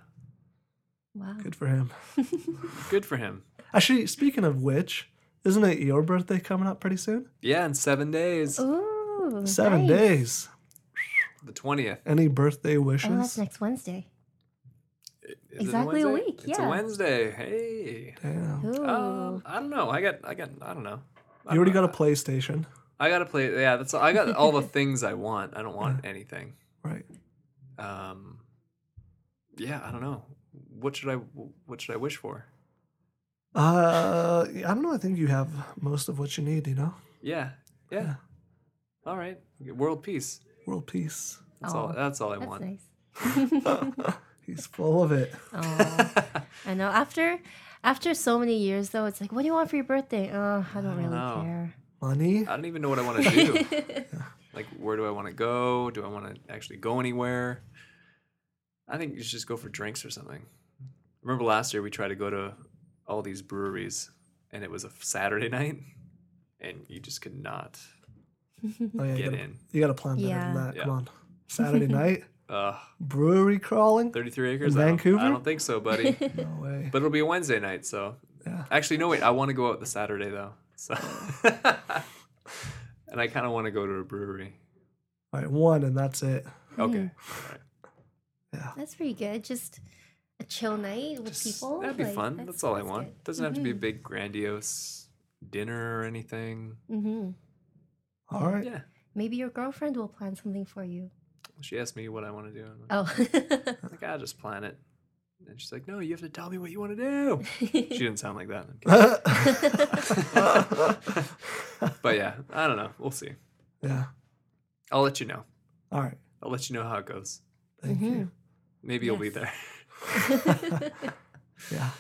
Speaker 3: Wow.
Speaker 2: Good for him.
Speaker 1: Good for him.
Speaker 2: Actually, speaking of which, isn't it your birthday coming up pretty soon?
Speaker 1: Yeah, in seven days,
Speaker 3: Oh. Ooh.
Speaker 2: Seven
Speaker 3: nice.
Speaker 2: days.
Speaker 1: the twentieth.
Speaker 2: Any birthday
Speaker 3: Oh, that's
Speaker 2: wishes?
Speaker 3: next Wednesday. Exactly a week,
Speaker 1: It's a
Speaker 3: yeah.
Speaker 1: Wednesday. Hey.
Speaker 2: Damn.
Speaker 3: Ooh.
Speaker 1: Um, I don't know. I got. I got. I don't know. I
Speaker 2: You already
Speaker 1: don't
Speaker 2: got
Speaker 1: know.
Speaker 2: a PlayStation,
Speaker 1: I gotta play. Yeah, that's. all- I got all the things I want. I don't want anything.
Speaker 2: right?
Speaker 1: Um, yeah, I don't know. What should I? What should I wish for?
Speaker 2: Uh, I don't know. I think you have most of what you need. You know,
Speaker 1: Yeah, yeah.
Speaker 2: Yeah.
Speaker 1: All right, world peace.
Speaker 2: world peace.
Speaker 1: That's
Speaker 3: Aw,
Speaker 1: all. That's all I
Speaker 3: That's
Speaker 1: want.
Speaker 3: nice.
Speaker 2: He's full of it.
Speaker 3: Oh, I know. After after so many years, though, it's like, what do you want for your birthday? Oh, I don't
Speaker 1: don't
Speaker 3: really
Speaker 1: know.
Speaker 3: care.
Speaker 2: Money. Oh,
Speaker 1: I don't even know what I want to do. like, where do I want to go? Do I want to actually go anywhere? I think you should just go for drinks or something. Remember last year we tried to go to all these breweries, and it was a Saturday night, and you just could not
Speaker 2: Oh, yeah, you
Speaker 1: get
Speaker 2: gotta-
Speaker 1: in.
Speaker 2: You got to plan better than
Speaker 3: Mm-hmm. Yeah.
Speaker 2: that.
Speaker 1: Yeah.
Speaker 2: Come on. Saturday night,
Speaker 1: Ugh.
Speaker 2: brewery crawling.
Speaker 1: 33 acres
Speaker 2: In
Speaker 1: I don't- I
Speaker 2: Vancouver?
Speaker 1: don't, think so, buddy.
Speaker 2: No way.
Speaker 1: but it'll be a Wednesday night, so.
Speaker 2: Yeah.
Speaker 1: Actually, no, wait. I want to go out the Saturday, though. So. and I kind of want to go to a brewery.
Speaker 2: All right, one and that's it.
Speaker 1: Okay.
Speaker 2: Yeah.
Speaker 3: That's pretty good. Just a chill night with
Speaker 1: Just-
Speaker 3: people.
Speaker 1: that'd be
Speaker 3: like,
Speaker 1: fun. That's, all I
Speaker 3: that's Mm-hmm.
Speaker 1: want. Doesn't have to be a big, grandiose dinner or anything.
Speaker 3: good. Mhm.
Speaker 2: All right.
Speaker 1: Yeah.
Speaker 3: Maybe your girlfriend will plan something for you.
Speaker 1: She asked me what I want to do. and I'm
Speaker 3: Oh,
Speaker 1: like, I'll just plan it. And she's like, no, you have to tell me what you want to do. she didn't sound like that. I'm kidding. but yeah, I don't know. We'll see.
Speaker 2: Yeah.
Speaker 1: I'll let you know.
Speaker 2: All right.
Speaker 1: I'll let you know how it goes.
Speaker 3: Mm-hmm.
Speaker 2: Thank you.
Speaker 1: Maybe you'll be
Speaker 3: Yes.
Speaker 1: there.
Speaker 2: Yeah.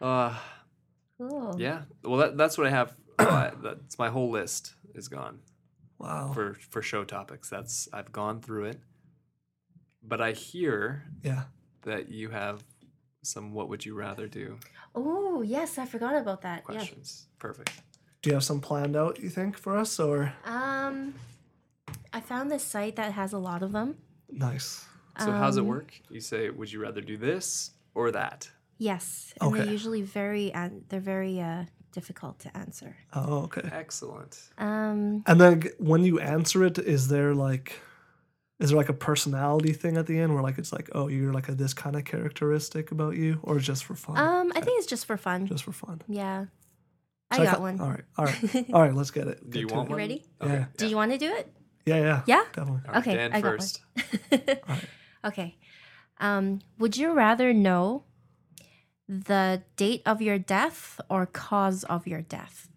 Speaker 1: Uh,
Speaker 3: cool.
Speaker 1: yeah. Well, that, that's what I have. Uh, that's my whole list is gone.
Speaker 2: Wow.
Speaker 1: for for show topics. That's I've gone through it. But I hear
Speaker 2: yeah.
Speaker 1: that you have some what would you rather do
Speaker 3: Oh, yes, I forgot about that. Yeah.
Speaker 1: questions. Perfect.
Speaker 2: Do you have some planned out, you think, for us or
Speaker 3: Um, I found this site that has a lot of them.
Speaker 2: nice.
Speaker 1: So how's it
Speaker 3: Um,
Speaker 1: work? You say would you rather do this or that?
Speaker 3: Yes, and
Speaker 2: Okay.
Speaker 3: they're usually very an- they're very uh, difficult to answer.
Speaker 2: Oh, okay.
Speaker 1: Excellent.
Speaker 3: Um,
Speaker 2: And then g- when you answer it, is there like is there like a personality thing at the end where like it's like, oh, you're like a this kind of characteristic about you or just for fun?
Speaker 3: um, I think it's just for fun.
Speaker 2: just for fun.
Speaker 3: Yeah,
Speaker 2: So
Speaker 3: I got
Speaker 2: ca-
Speaker 3: one.
Speaker 2: All right. All right. All right, let's get it.
Speaker 1: Do you
Speaker 2: Get to
Speaker 1: want
Speaker 2: it.
Speaker 1: one?
Speaker 3: ready?
Speaker 1: Okay.
Speaker 2: Yeah.
Speaker 3: Do you want to do it?
Speaker 2: Yeah, yeah.
Speaker 3: Yeah?
Speaker 2: Definitely.
Speaker 1: All right,
Speaker 3: Okay,
Speaker 1: Dan
Speaker 3: I got one.
Speaker 1: first.
Speaker 3: Okay. Um, would you rather know the date of your death or cause of your death?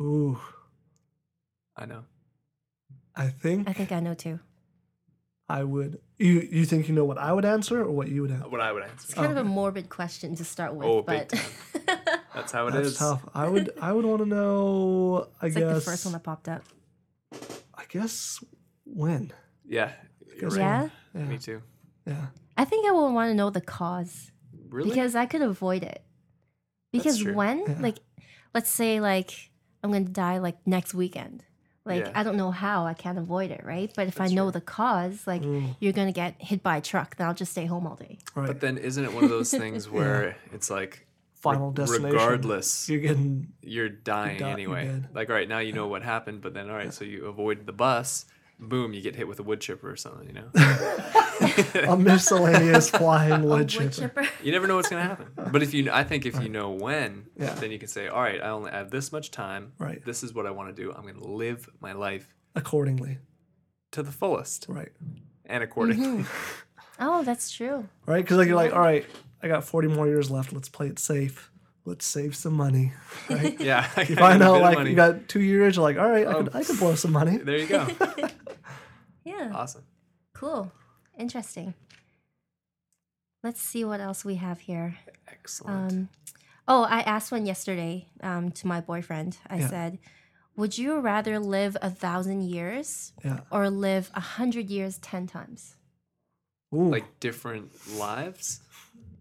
Speaker 2: Ooh.
Speaker 1: I know.
Speaker 2: I think
Speaker 3: I think I know too.
Speaker 2: I would. You you think you know what I would answer or what you would answer?
Speaker 1: What I would
Speaker 3: It's
Speaker 1: answer.
Speaker 3: kind of a morbid question to start with,
Speaker 1: Oh, big
Speaker 3: but
Speaker 1: time. That's how it
Speaker 2: That's
Speaker 1: is.
Speaker 2: tough. I would I would want to know. I
Speaker 3: it's
Speaker 2: guess.
Speaker 3: like the first one that popped up.
Speaker 2: I guess when.
Speaker 1: Yeah. you're
Speaker 2: guess
Speaker 1: right.
Speaker 3: Yeah,
Speaker 2: Yeah.
Speaker 1: Me too.
Speaker 2: Yeah.
Speaker 3: I think I would want to know the cause
Speaker 1: Really?
Speaker 3: because I could avoid it.
Speaker 1: That's
Speaker 3: Because
Speaker 1: true.
Speaker 3: when,
Speaker 2: Yeah.
Speaker 3: like, let's say, like, I'm gonna die like next weekend. Like,
Speaker 1: Yeah.
Speaker 3: I don't know how I can't avoid it, right? But if
Speaker 1: That's
Speaker 3: I know
Speaker 1: true.
Speaker 3: the cause, like,
Speaker 2: Mm,
Speaker 3: you're gonna get hit by a truck, then I'll just stay home all day.
Speaker 2: right.
Speaker 1: But then isn't it one of those things where it's like
Speaker 2: final destination.
Speaker 1: Regardless,
Speaker 2: You're getting
Speaker 1: you're dying
Speaker 2: di- you're
Speaker 1: anyway.
Speaker 2: dead.
Speaker 1: Like, all right, now you know what happened, but then, all right, so you avoid the bus, boom, you get hit with a wood chipper or something, you know?
Speaker 2: a miscellaneous flying
Speaker 3: A
Speaker 2: wood chipper.
Speaker 1: you never know what's going to happen. But if you, I think if you know when,
Speaker 2: Yeah.
Speaker 1: then you can say, all right, I only have this much time.
Speaker 2: Right.
Speaker 1: This is what I want to do. I'm going to live my life
Speaker 2: Accordingly.
Speaker 1: to the fullest
Speaker 2: Right.
Speaker 1: and accordingly.
Speaker 2: Mm-hmm.
Speaker 3: Oh, that's true.
Speaker 2: Right? Because like you're like, all right, I got 40 more years left. Let's play it safe. Let's save some money. Right?
Speaker 1: Yeah. I
Speaker 2: If I
Speaker 1: got a
Speaker 2: know
Speaker 1: bit of
Speaker 2: like
Speaker 1: money.
Speaker 2: you got two years, you're like, all right, I could I could blow some money.
Speaker 1: There you go.
Speaker 3: Yeah.
Speaker 1: Awesome.
Speaker 3: Cool. Interesting. Let's see what else we have here.
Speaker 1: Excellent.
Speaker 3: Um, oh, I asked one yesterday um, to my boyfriend. I
Speaker 2: Yeah.
Speaker 3: said, Would you rather live a thousand years
Speaker 2: Yeah.
Speaker 3: or live a hundred years 10 times?
Speaker 2: Ooh.
Speaker 1: like different lives.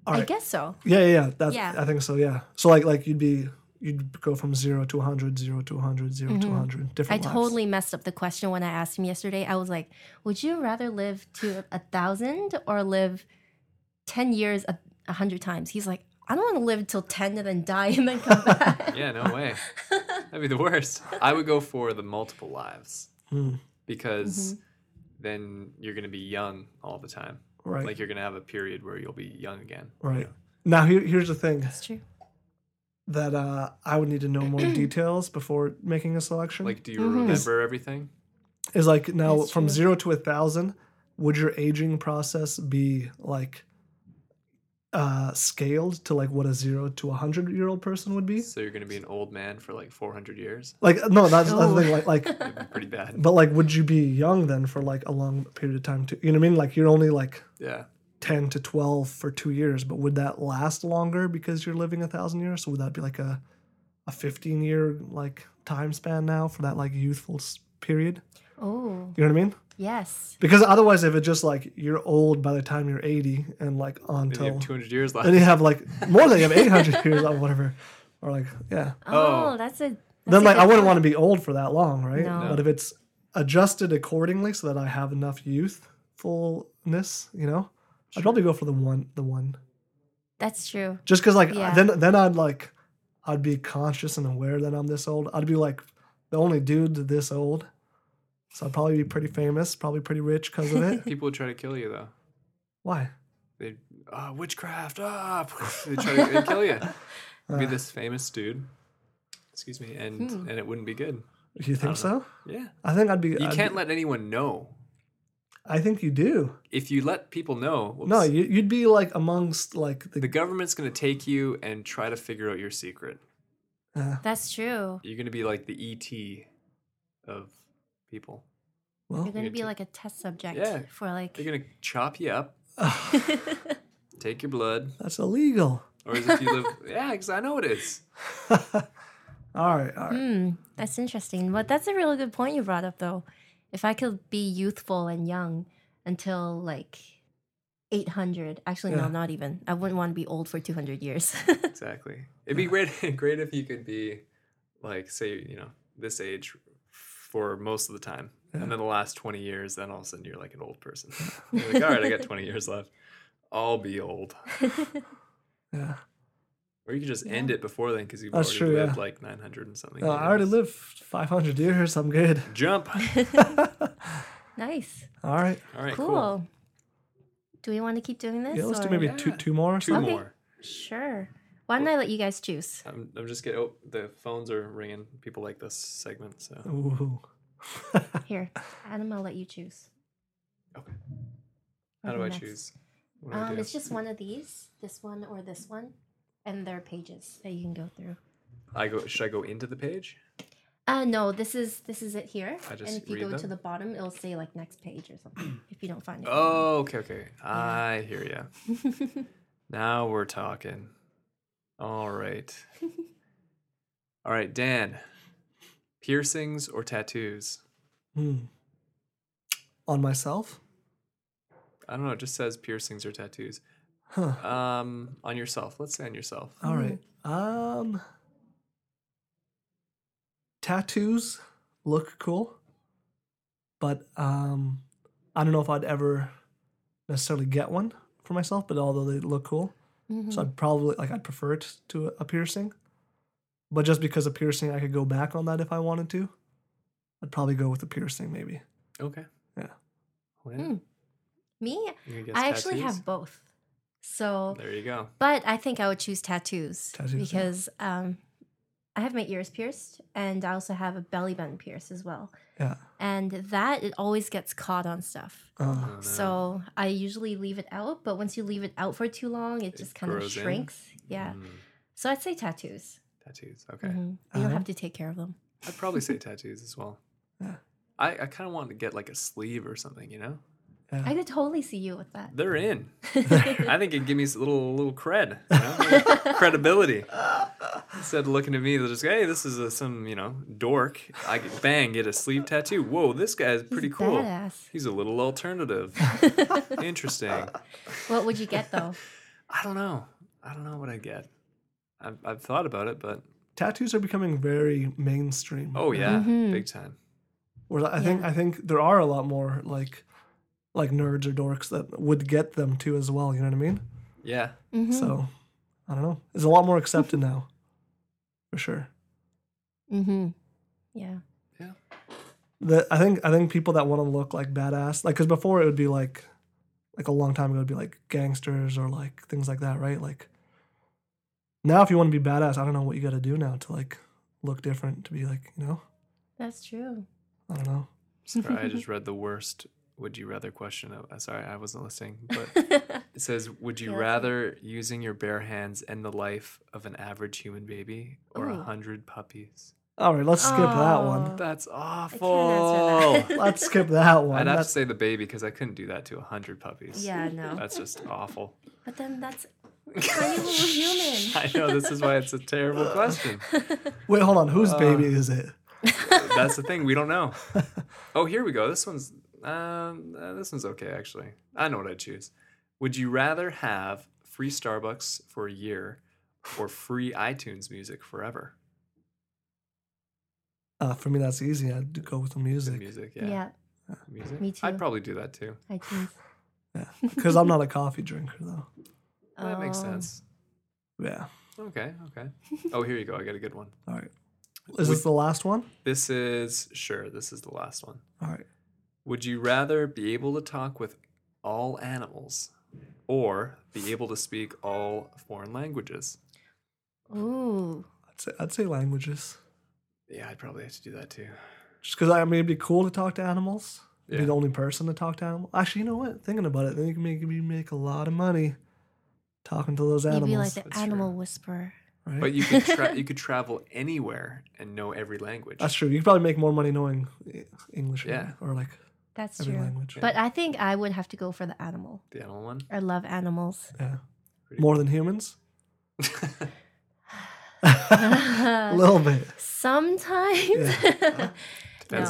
Speaker 2: all
Speaker 3: I
Speaker 2: right.
Speaker 3: guess so.
Speaker 2: Yeah, yeah, yeah. That's,
Speaker 3: Yeah.
Speaker 2: I think so, yeah. So like like you'd be you'd go from zero to 100, zero to 100, 0 to 100.
Speaker 3: I
Speaker 2: Different lives.
Speaker 3: totally messed up the question when I asked him yesterday. I was like, Would you rather live to a thousand or live 10 years a, a hundred times? He's like, I don't want to live till 10 and then die and then come back.
Speaker 1: Yeah, no way. That'd be the worst. I would go for the multiple lives
Speaker 2: Hmm.
Speaker 1: because then you're going to be young all the time.
Speaker 2: Right.
Speaker 1: Like you're going to have a period where you'll be young again.
Speaker 2: right. Now here, here's the thing
Speaker 3: That's true.
Speaker 2: that uh, I would need to know more details before making a selection.
Speaker 1: Like, do you remember everything?
Speaker 2: Mm-hmm. is like now
Speaker 3: That's
Speaker 2: from
Speaker 3: true.
Speaker 2: zero to a thousand would your aging process be like uh scaled to like what a zero to a hundred year old person would be
Speaker 1: So you're going to be an old man for like 400 years?
Speaker 2: like no that's, that's the
Speaker 3: Oh.
Speaker 2: thing like like
Speaker 1: That'd be pretty bad.
Speaker 2: but like would you be young then for like a long period of time too you know what i mean like you're only like
Speaker 1: Yeah.
Speaker 2: 10 to 12 for two years but would that last longer because you're living a thousand years so would that be like a a 15 year like time span now for that like youthful s- period
Speaker 3: Oh,
Speaker 2: you know what i mean
Speaker 3: yes.
Speaker 2: Because otherwise, if it's just like you're old by the time you're 80 and like
Speaker 1: Then you
Speaker 2: until
Speaker 1: have 200 years
Speaker 2: then you
Speaker 1: left.
Speaker 2: have like more than you have 800 years or whatever, or like yeah,
Speaker 1: Oh.
Speaker 3: Oh, that's a. That's
Speaker 2: then
Speaker 3: a
Speaker 2: like
Speaker 3: good
Speaker 2: I wouldn't want
Speaker 3: point.
Speaker 2: to be old for that long, right?
Speaker 3: No.
Speaker 2: But if it's adjusted accordingly so that I have enough youthfulness, you know, I'd probably go for the one, the one,
Speaker 3: That's true.
Speaker 2: just because like
Speaker 3: Yeah.
Speaker 2: then then I'd like I'd be conscious and aware that I'm this old. I'd be like the only dude this old, so I'd probably be pretty famous, probably pretty rich because of it.
Speaker 1: People would try to kill you though.
Speaker 2: Why?
Speaker 1: They ah witchcraft ah they try to they'd kill you. You'd be
Speaker 2: Uh.
Speaker 1: this famous dude. Excuse me, and
Speaker 3: Hmm.
Speaker 1: and it wouldn't be good.
Speaker 2: You think
Speaker 1: don't know.
Speaker 2: so?
Speaker 1: Yeah,
Speaker 2: I think I'd be.
Speaker 1: you
Speaker 2: I'd
Speaker 1: can't
Speaker 2: be-
Speaker 1: let anyone know.
Speaker 2: I think you do.
Speaker 1: If you let people know, whoops,
Speaker 2: No, you, you'd be like amongst like the.
Speaker 1: the government's going to take you and try to figure out your secret.
Speaker 2: uh,
Speaker 3: That's true.
Speaker 1: You're going to be like the ET of people.
Speaker 2: well,
Speaker 3: You're gonna
Speaker 1: could t-
Speaker 3: be like a test subject
Speaker 1: Yeah.
Speaker 3: for like.
Speaker 1: They're going to chop you up, take your blood,
Speaker 2: that's illegal.
Speaker 1: or as if you live. yeah, 'cause I know it is.
Speaker 2: All right, all right.
Speaker 3: Hmm, that's interesting. But that's a really good point you brought up, though. If I could be youthful and young until like 800, actually,
Speaker 2: Yeah.
Speaker 3: no, not even. I wouldn't want to be old for 200 years.
Speaker 1: Exactly. It'd be great, great if you could be like, say, you know, this age for most of the time. And then the last 20 years, then all of a sudden you're like an old person. You're like, all right, I got 20 years left. I'll be old.
Speaker 2: Yeah,
Speaker 1: Or you could just end it before then because you've
Speaker 2: That's
Speaker 1: already
Speaker 2: true,
Speaker 1: lived
Speaker 2: yeah.
Speaker 1: like 900 and something.
Speaker 2: No, Uh, I already
Speaker 1: years.
Speaker 2: lived 500 years. I'm good.
Speaker 1: Jump.
Speaker 3: nice.
Speaker 2: All right.
Speaker 1: All right,
Speaker 3: Cool.
Speaker 1: cool.
Speaker 3: Do we want to keep doing this?
Speaker 2: Yeah, let's do
Speaker 3: or-
Speaker 2: maybe two
Speaker 1: Yeah.
Speaker 2: two more. or
Speaker 1: Two
Speaker 2: something.
Speaker 3: Okay.
Speaker 1: more.
Speaker 3: Sure. Why don't I let you guys choose?
Speaker 1: I'm, I'm just getting, oh, the phones are ringing. People like this segment.
Speaker 2: Oh,
Speaker 1: So,
Speaker 2: Ooh.
Speaker 3: Here, Adam, I'll let you choose.
Speaker 1: okay. How do
Speaker 3: Okay,
Speaker 1: I
Speaker 3: next.
Speaker 1: choose? What do I
Speaker 3: Um,
Speaker 1: do?
Speaker 3: it's just one of these, this one or this one, and there are pages that you can go through.
Speaker 1: I go, should I go into the page?
Speaker 3: Uh, no, this is this is it here.
Speaker 1: I just
Speaker 3: and if you
Speaker 1: read
Speaker 3: go to
Speaker 1: them?
Speaker 3: the bottom, it'll say like next page or something. if you don't find it,
Speaker 1: Oh, okay, okay. I hear ya. now we're talking. All right. All right, Dan. Piercings or tattoos?
Speaker 2: Hmm. On myself?
Speaker 1: I don't know. It just says piercings or tattoos.
Speaker 2: Huh.
Speaker 1: Um, on yourself. Let's say on yourself.
Speaker 2: All right. Um. Tattoos look cool, but um, I don't know if I'd ever necessarily get one for myself. But although they look cool,
Speaker 3: Mm-hmm.
Speaker 2: So I'd probably like I'd prefer it to a piercing. But just because a piercing I could go back on that if I wanted to, I'd probably go with the piercing maybe.
Speaker 1: Okay.
Speaker 2: Yeah.
Speaker 1: Well,
Speaker 3: Hmm. Me,
Speaker 1: you're gonna guess
Speaker 3: I actually
Speaker 1: tattoos?
Speaker 3: have both. So,
Speaker 1: There you go.
Speaker 3: but I think I would choose tattoos,
Speaker 2: Tattoos, yeah.
Speaker 3: because um, I have my ears pierced and I also have a belly button pierced as well.
Speaker 2: Yeah.
Speaker 3: And that it always gets caught on stuff.
Speaker 2: Uh,
Speaker 1: Oh, no.
Speaker 3: So I usually leave it out, but once you leave it out for too long, it just kind of
Speaker 1: grows in.
Speaker 3: shrinks. Yeah.
Speaker 1: Mm,
Speaker 3: So I'd say tattoos.
Speaker 1: tattoos. Okay.
Speaker 3: Mhm. You don't
Speaker 2: Uh,
Speaker 3: have to take care of them.
Speaker 1: I'd probably say tattoos as well.
Speaker 2: Yeah.
Speaker 1: I, I kind of want to get like a sleeve or something, you know?
Speaker 3: I could totally see you with that.
Speaker 1: They're in. I think it'd give me a little little cred, you know? credibility. Instead of looking at me, they're just hey, this is a, some you know dork. I could- bang get a sleeve tattoo. Whoa, this guy's pretty cool.
Speaker 3: Badass.
Speaker 1: He's a little alternative. Interesting.
Speaker 3: What would you get though?
Speaker 1: I don't know. I don't know what I'd get. I've, I've thought about it, but
Speaker 2: tattoos are becoming very mainstream.
Speaker 1: oh yeah,
Speaker 3: Mhm.
Speaker 1: big time.
Speaker 2: Whereas I think
Speaker 3: Yeah.
Speaker 2: I think there are a lot more like like nerds or dorks that would get them too as well, you know what I mean?
Speaker 1: Yeah.
Speaker 3: Mhm.
Speaker 2: So I don't know. It's a lot more accepted now. For sure.
Speaker 3: Mm-hmm. Yeah.
Speaker 2: The I think I think people that want to look like badass, like because before it would be like, like a long time ago, it'd be like gangsters or like things like that, right? Like now, if you want to be badass, I don't know what you got to do now to like look different to be like, you know,
Speaker 3: That's true.
Speaker 2: I don't know.
Speaker 1: Sorry, I just read the worst would you rather question. Of, uh, sorry, I wasn't listening, but it says, "Would you
Speaker 3: Yeah, that's all right.
Speaker 1: rather using your bare hands end the life of an average human baby or a
Speaker 3: Ooh.
Speaker 1: hundred puppies?"
Speaker 2: All right, let's skip that one.
Speaker 3: Oh.
Speaker 1: That's awful.
Speaker 3: answer that.
Speaker 2: Let's skip that one.
Speaker 1: I'd have to
Speaker 2: That's
Speaker 1: say the baby because I couldn't do that to a hundred puppies.
Speaker 3: yeah, no.
Speaker 1: that's just awful.
Speaker 3: But then that's tiny little human.
Speaker 1: I know this is why it's a terrible question.
Speaker 2: wait, hold on. Whose
Speaker 1: Uh,
Speaker 2: baby is it?
Speaker 1: That's the thing. We don't know. Oh, here we go. This one's um, uh, this one's okay actually. I know what I'd choose. Would you rather have free Starbucks for a year or free iTunes music forever?
Speaker 2: Uh, for me, that's easy. I'd go with the
Speaker 1: The
Speaker 2: music
Speaker 1: music,
Speaker 3: Yeah.
Speaker 1: yeah. Music.
Speaker 3: me
Speaker 1: I'd
Speaker 3: too.
Speaker 1: probably do that too.
Speaker 3: iTunes.
Speaker 2: because I'm not a coffee drinker though.
Speaker 1: That makes
Speaker 3: Oh.
Speaker 1: sense.
Speaker 2: Yeah.
Speaker 1: Okay, okay. Oh, here you go. I got a good one.
Speaker 2: All right. Is this the last one?
Speaker 1: This is sure. This is the last one.
Speaker 2: All right.
Speaker 1: Would you rather be able to talk with all animals or be able to speak all foreign languages?
Speaker 3: um, Ooh.
Speaker 2: I'd say I'd say languages.
Speaker 1: Yeah, I'd probably have to do that too.
Speaker 2: Just because I mean, it'd be cool to talk to animals. Be
Speaker 1: Yeah.
Speaker 2: the only person to talk to animals. Actually, you know what? Thinking about it, then you can make you make a lot of money talking to those
Speaker 3: You'd
Speaker 2: animals.
Speaker 3: be like the
Speaker 1: That's
Speaker 3: animal
Speaker 1: true.
Speaker 3: whisperer.
Speaker 2: right?
Speaker 1: But you could tra- you could travel anywhere and know every language.
Speaker 2: That's true. You could probably make more money knowing e- English, or-
Speaker 1: Yeah.
Speaker 2: or like
Speaker 3: That's
Speaker 2: every
Speaker 3: true.
Speaker 2: language.
Speaker 3: But I think I would have to go for the animal.
Speaker 1: the animal one.
Speaker 3: I love animals.
Speaker 2: yeah,
Speaker 1: Pretty
Speaker 2: more than humans.
Speaker 3: Uh,
Speaker 2: a
Speaker 3: Sometimes.
Speaker 2: little bit.
Speaker 1: Depends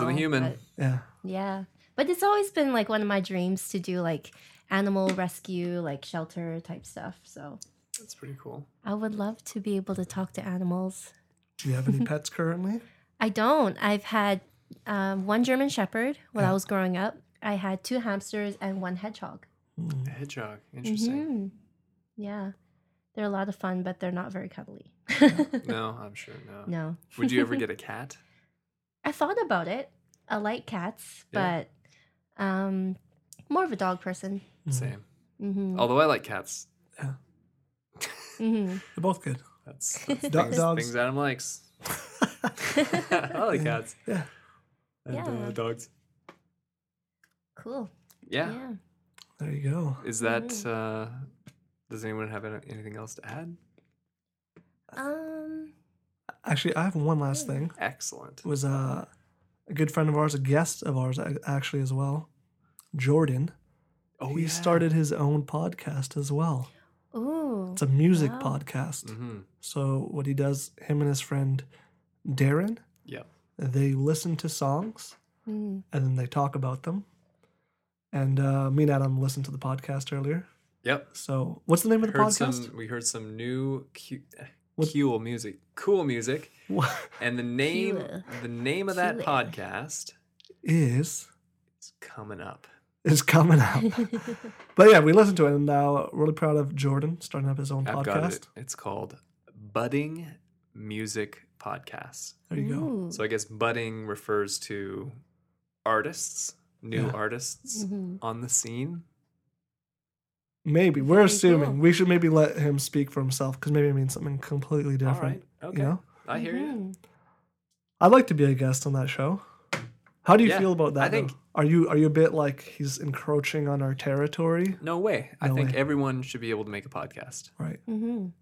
Speaker 1: on the
Speaker 3: No,
Speaker 1: human.
Speaker 3: but-
Speaker 2: Yeah.
Speaker 3: yeah. But it's always been like one of my dreams to do like animal rescue, like shelter type stuff. So
Speaker 1: That's pretty cool.
Speaker 3: I would love to be able to talk to animals.
Speaker 2: Do you have any pets currently?
Speaker 3: I don't. I've had um, one German Shepherd when
Speaker 2: Yeah.
Speaker 3: I was growing up. I had two hamsters and one hedgehog.
Speaker 1: A
Speaker 2: Mm.
Speaker 1: hedgehog. Interesting.
Speaker 3: Mhm. Yeah. They're a lot of fun, but they're not very cuddly.
Speaker 1: No, I'm sure no.
Speaker 3: no.
Speaker 1: Would you ever get a cat?
Speaker 3: I thought about it. I like cats,
Speaker 1: Yeah.
Speaker 3: but um, more of a dog person.
Speaker 2: Mm.
Speaker 1: Same.
Speaker 3: Mm-hmm.
Speaker 1: Although I like cats.
Speaker 3: Mm-hmm.
Speaker 2: They're both good.
Speaker 1: That's, that's
Speaker 2: Do-
Speaker 1: things,
Speaker 2: dogs-
Speaker 1: things Adam likes. I like cats
Speaker 2: Yeah.
Speaker 1: and uh,
Speaker 3: Yeah.
Speaker 1: dogs.
Speaker 3: Cool.
Speaker 1: Yeah.
Speaker 3: yeah.
Speaker 2: There you go.
Speaker 1: Is that?
Speaker 3: Mhm.
Speaker 1: Uh, does anyone have any- anything else to add?
Speaker 3: Um.
Speaker 2: Actually, I have one last thing.
Speaker 1: Excellent.
Speaker 2: was uh, a good friend of ours, a guest of ours a- actually as well, Jordan.
Speaker 1: Oh,
Speaker 2: he
Speaker 1: yeah.
Speaker 2: started his own podcast as well.
Speaker 3: Ooh.
Speaker 2: It's a music
Speaker 3: Wow.
Speaker 2: podcast.
Speaker 1: Mm-hmm.
Speaker 2: So what he does, him and his friend Darren,
Speaker 1: Yep.
Speaker 2: they listen to songs
Speaker 3: Mm.
Speaker 2: and then they talk about them. And uh, me and Adam listened to the podcast earlier.
Speaker 1: Yep.
Speaker 2: So what's the name of the
Speaker 1: Heard
Speaker 2: podcast?
Speaker 1: some. We heard some new cu- eh,
Speaker 2: What-
Speaker 1: cool music. Cool music.
Speaker 2: What
Speaker 1: And the name.
Speaker 3: Cool.
Speaker 1: The name of that
Speaker 3: Cool.
Speaker 1: podcast
Speaker 2: is
Speaker 1: is coming up.
Speaker 2: is coming out. but yeah, we listened to it, and now really proud of Jordan starting up his own
Speaker 1: I've got
Speaker 2: podcast.
Speaker 1: it. It's called Budding Music Podcasts.
Speaker 2: There you go.
Speaker 3: Mm.
Speaker 1: So I guess budding refers to artists, new
Speaker 2: Yeah.
Speaker 1: artists
Speaker 3: Mhm.
Speaker 1: on the scene.
Speaker 2: Maybe we're
Speaker 3: Very
Speaker 2: assuming
Speaker 3: cool.
Speaker 2: we should maybe let him speak for himself because maybe it means something completely different.
Speaker 1: All right. Okay.
Speaker 2: You know,
Speaker 1: I hear you.
Speaker 3: Mhm.
Speaker 2: I'd like to be a guest on that show. How do you
Speaker 1: Yeah,
Speaker 2: feel about that?
Speaker 1: I think-
Speaker 2: though? are you are you a bit like he's encroaching on our territory?
Speaker 1: No way. I
Speaker 2: No
Speaker 1: think
Speaker 2: way.
Speaker 1: everyone should be able to make a podcast.
Speaker 2: Right.
Speaker 3: Mhm.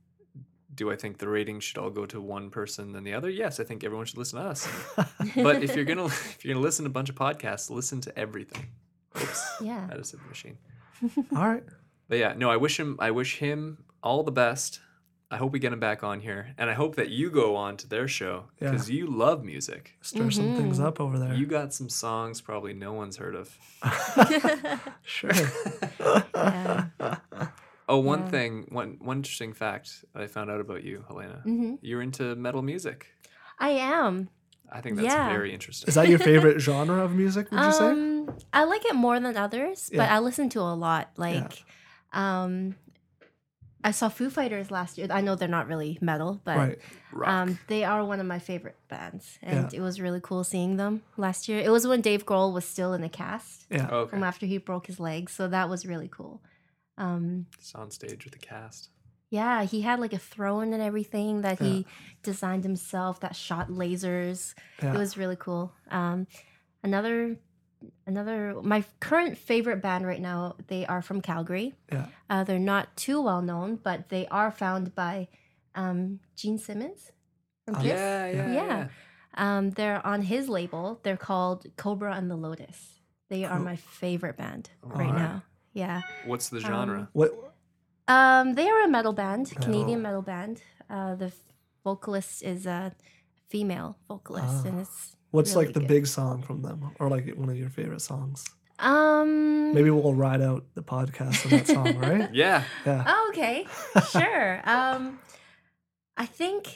Speaker 1: Do I think the ratings should all go to one person than the other? Yes, I think everyone should listen to us.
Speaker 3: Mm-hmm.
Speaker 1: but if you're gonna if you're gonna listen to a bunch of podcasts, listen to everything. Oops,
Speaker 3: Yeah.
Speaker 1: that is a machine.
Speaker 3: Mm-hmm.
Speaker 2: All right.
Speaker 1: But yeah, no, I wish him I wish him all the best. I hope we get him back on here. And I hope that you go on to their show
Speaker 2: Yeah.
Speaker 1: because you love music.
Speaker 2: Stir
Speaker 3: Mm-hmm.
Speaker 2: some things up over there.
Speaker 1: You got some songs probably no one's heard of.
Speaker 3: Mm-hmm.
Speaker 2: Sure.
Speaker 3: Yeah.
Speaker 1: Oh, one
Speaker 3: Yeah.
Speaker 1: thing, one one interesting fact that I found out about you, Helena.
Speaker 2: Mm.
Speaker 3: Mhm.
Speaker 1: You're into metal music.
Speaker 3: I am.
Speaker 1: I think that's
Speaker 3: Yeah.
Speaker 1: very interesting.
Speaker 2: Is that your favorite genre of music? Would you say?
Speaker 3: um, I like it more than others, but
Speaker 2: Yeah.
Speaker 3: I listen to a lot. Like, um, I saw Foo Fighters last year. I know they're not really metal, but
Speaker 2: Right.
Speaker 1: Rock.
Speaker 3: um, they are one of my favorite bands, and it was really cool seeing them last year. It was when Dave Grohl was still in the cast
Speaker 2: Yeah.
Speaker 1: Oh, okay.
Speaker 3: um, after he broke his leg, so that was really cool. Um,
Speaker 1: It's on stage with the cast.
Speaker 3: yeah, he had like a throne and everything that
Speaker 2: Yeah.
Speaker 3: he designed himself that shot lasers.
Speaker 2: Yeah.
Speaker 3: It was really cool. Um, another, another, my current favorite band right now. They are from Calgary.
Speaker 2: yeah.
Speaker 3: Uh, they're not too well known, but they are found by um, Gene Simmons. from
Speaker 2: Oh,
Speaker 3: Kiss.
Speaker 1: Yeah, yeah,
Speaker 3: Yeah.
Speaker 1: yeah.
Speaker 3: Um, they're on his label. They're called Cobra and the Lotus. They are
Speaker 2: Cool.
Speaker 3: my favorite band right
Speaker 2: Alright.
Speaker 3: now. Yeah.
Speaker 1: What's the genre?
Speaker 2: What?
Speaker 3: Um, they are a metal band, Canadian
Speaker 2: Oh.
Speaker 3: metal band. Uh, the f- vocalist is a female vocalist,
Speaker 2: Ah.
Speaker 3: and it's
Speaker 2: What's
Speaker 3: really
Speaker 2: like the
Speaker 3: good.
Speaker 2: big song from them, or like one of your favorite songs?
Speaker 3: um.
Speaker 2: Maybe we'll ride out the podcast on that song, right?
Speaker 1: yeah.
Speaker 2: Yeah.
Speaker 3: Oh, okay, sure. Um, I think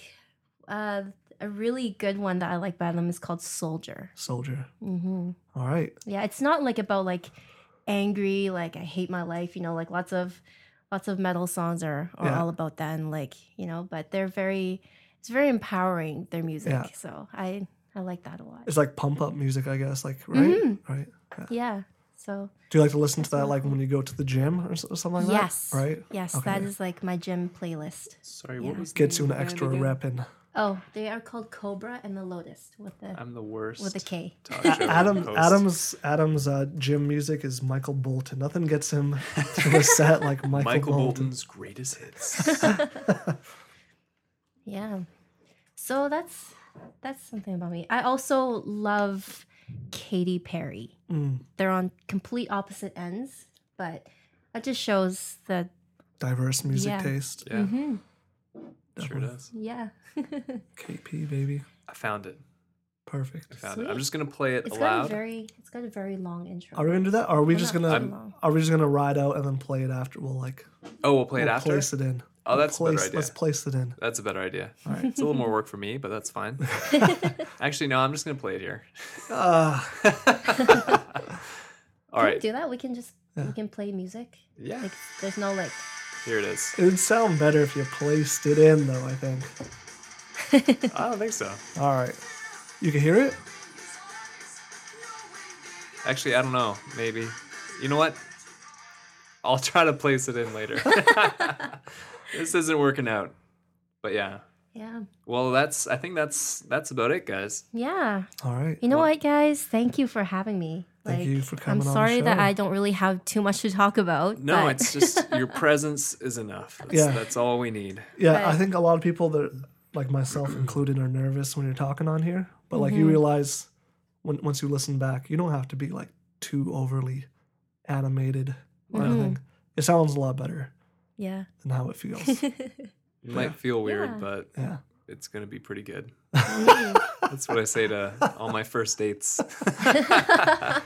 Speaker 3: uh, a really good one that I like by them is called Soldier.
Speaker 2: Soldier.
Speaker 3: hmm
Speaker 2: All right.
Speaker 3: Yeah, it's not like about like angry, like I hate my life, you know, like lots of lots of metal songs are, are
Speaker 2: Yeah.
Speaker 3: all about that and like, you know, but they're very it's very empowering their music.
Speaker 2: Yeah.
Speaker 3: So I I like that a lot.
Speaker 2: It's like pump up music, I guess. Like right,
Speaker 3: Mhm.
Speaker 2: right. Yeah.
Speaker 3: yeah. So
Speaker 2: Do you like to listen to
Speaker 3: That's
Speaker 2: that like when you go to the gym or s- or something like
Speaker 3: yes.
Speaker 2: that? Right.
Speaker 3: Yes,
Speaker 2: Okay,
Speaker 3: that
Speaker 2: yeah.
Speaker 3: is like my gym playlist.
Speaker 1: Sorry,
Speaker 3: Yeah.
Speaker 1: what was the
Speaker 2: Gets you
Speaker 1: name of
Speaker 2: an
Speaker 1: the band
Speaker 2: extra
Speaker 1: again?
Speaker 2: rep in.
Speaker 3: Oh, they are called Cobra and the Lotus with the
Speaker 1: I'm the worst.
Speaker 3: with a K.
Speaker 1: talk show
Speaker 2: Adam
Speaker 1: host.
Speaker 2: Adam's Adam's uh, gym music is Michael Bolton. Nothing gets him to a set like Michael,
Speaker 1: Michael
Speaker 2: Bolton.
Speaker 1: Bolton's greatest hits.
Speaker 3: Yeah. So that's that's something about me. I also love Katy Perry.
Speaker 2: Mm,
Speaker 3: they're on complete opposite ends, but that just shows that.
Speaker 2: diverse music
Speaker 3: Yeah.
Speaker 2: taste.
Speaker 1: yeah,
Speaker 3: hmm
Speaker 2: Mm-hmm.
Speaker 1: sure does.
Speaker 3: Yeah.
Speaker 2: KP baby,
Speaker 1: I found it. I
Speaker 2: perfect.
Speaker 1: found it.
Speaker 3: Sweet.
Speaker 1: I'm just gonna play it
Speaker 3: it's got a
Speaker 1: aloud.
Speaker 3: very it's got a very long intro.
Speaker 2: Are we gonna do that? Or are we
Speaker 3: We're
Speaker 2: just
Speaker 3: not
Speaker 2: gonna
Speaker 3: doing long.
Speaker 2: are we just gonna ride out and then play it after? We'll like
Speaker 1: oh, we'll play
Speaker 2: we'll
Speaker 1: it after.
Speaker 2: place it in.
Speaker 1: Oh, that's a better
Speaker 2: place,
Speaker 1: idea.
Speaker 2: Let's place it in.
Speaker 1: That's a better idea. It's a little more work for me, but that's fine. Actually, no, I'm just gonna play it here.
Speaker 2: Uh,
Speaker 1: All
Speaker 3: Can we
Speaker 1: right,
Speaker 3: do that? We can just
Speaker 2: Yeah.
Speaker 3: we can play music.
Speaker 1: yeah,
Speaker 3: Like there's no like.
Speaker 1: here it is.
Speaker 2: it would sound better if you placed it in, though. I think.
Speaker 1: I don't think so.
Speaker 2: All right, you can hear it.
Speaker 1: Actually, I don't know. Maybe. You know what? I'll try to place it in later. this isn't working out. But yeah.
Speaker 3: Yeah.
Speaker 1: Well, that's. I think that's that's about it, guys.
Speaker 3: Yeah.
Speaker 2: All right.
Speaker 3: You know what, guys? Thank you for having me.
Speaker 2: Thank you for coming on
Speaker 3: I'm
Speaker 2: the
Speaker 3: sorry that
Speaker 2: show.
Speaker 3: I don't really have too much to talk about.
Speaker 1: No,
Speaker 3: but-
Speaker 1: it's just your presence is enough. That's,
Speaker 2: Yeah.
Speaker 1: That's all we need.
Speaker 2: Yeah, I
Speaker 3: But-
Speaker 2: think a lot of people that, like myself included, are nervous when you're talking on here. But like
Speaker 3: Mm-hmm.
Speaker 2: you realize, when once you listen back, you don't have to be like too overly animated or
Speaker 3: Mm-hmm.
Speaker 2: anything. It sounds a lot better
Speaker 3: yeah.
Speaker 2: than how it feels.
Speaker 1: You might feel weird,
Speaker 3: Yeah.
Speaker 1: but
Speaker 2: yeah.
Speaker 1: it's gonna be pretty good. That's what I say to all my first dates. Uh,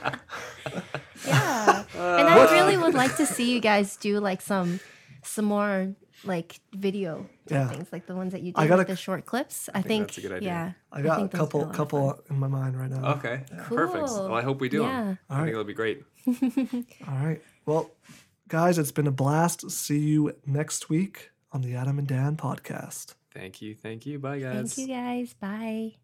Speaker 3: Yeah. and I really would like to see you guys do like some some more like video
Speaker 2: Yeah.
Speaker 3: things like the ones that you
Speaker 2: I
Speaker 3: did
Speaker 2: got
Speaker 3: with
Speaker 2: a-
Speaker 3: the short clips. I,
Speaker 1: think
Speaker 3: think,
Speaker 1: that's a good idea.
Speaker 3: Yeah,
Speaker 2: I got a
Speaker 3: think those would be
Speaker 2: couple
Speaker 3: lot of
Speaker 2: couple in my mind right now.
Speaker 1: Okay. Perfect.
Speaker 3: Cool.
Speaker 1: Well, I hope we do 'em.
Speaker 3: Yeah.
Speaker 1: I
Speaker 2: All right.
Speaker 1: think it'll be great.
Speaker 2: All right. Well, guys, it's been a blast. See you next week on the Adam and Dan podcast.
Speaker 1: Thank you. Thank you. Bye, guys.
Speaker 3: Thank you guys. Bye.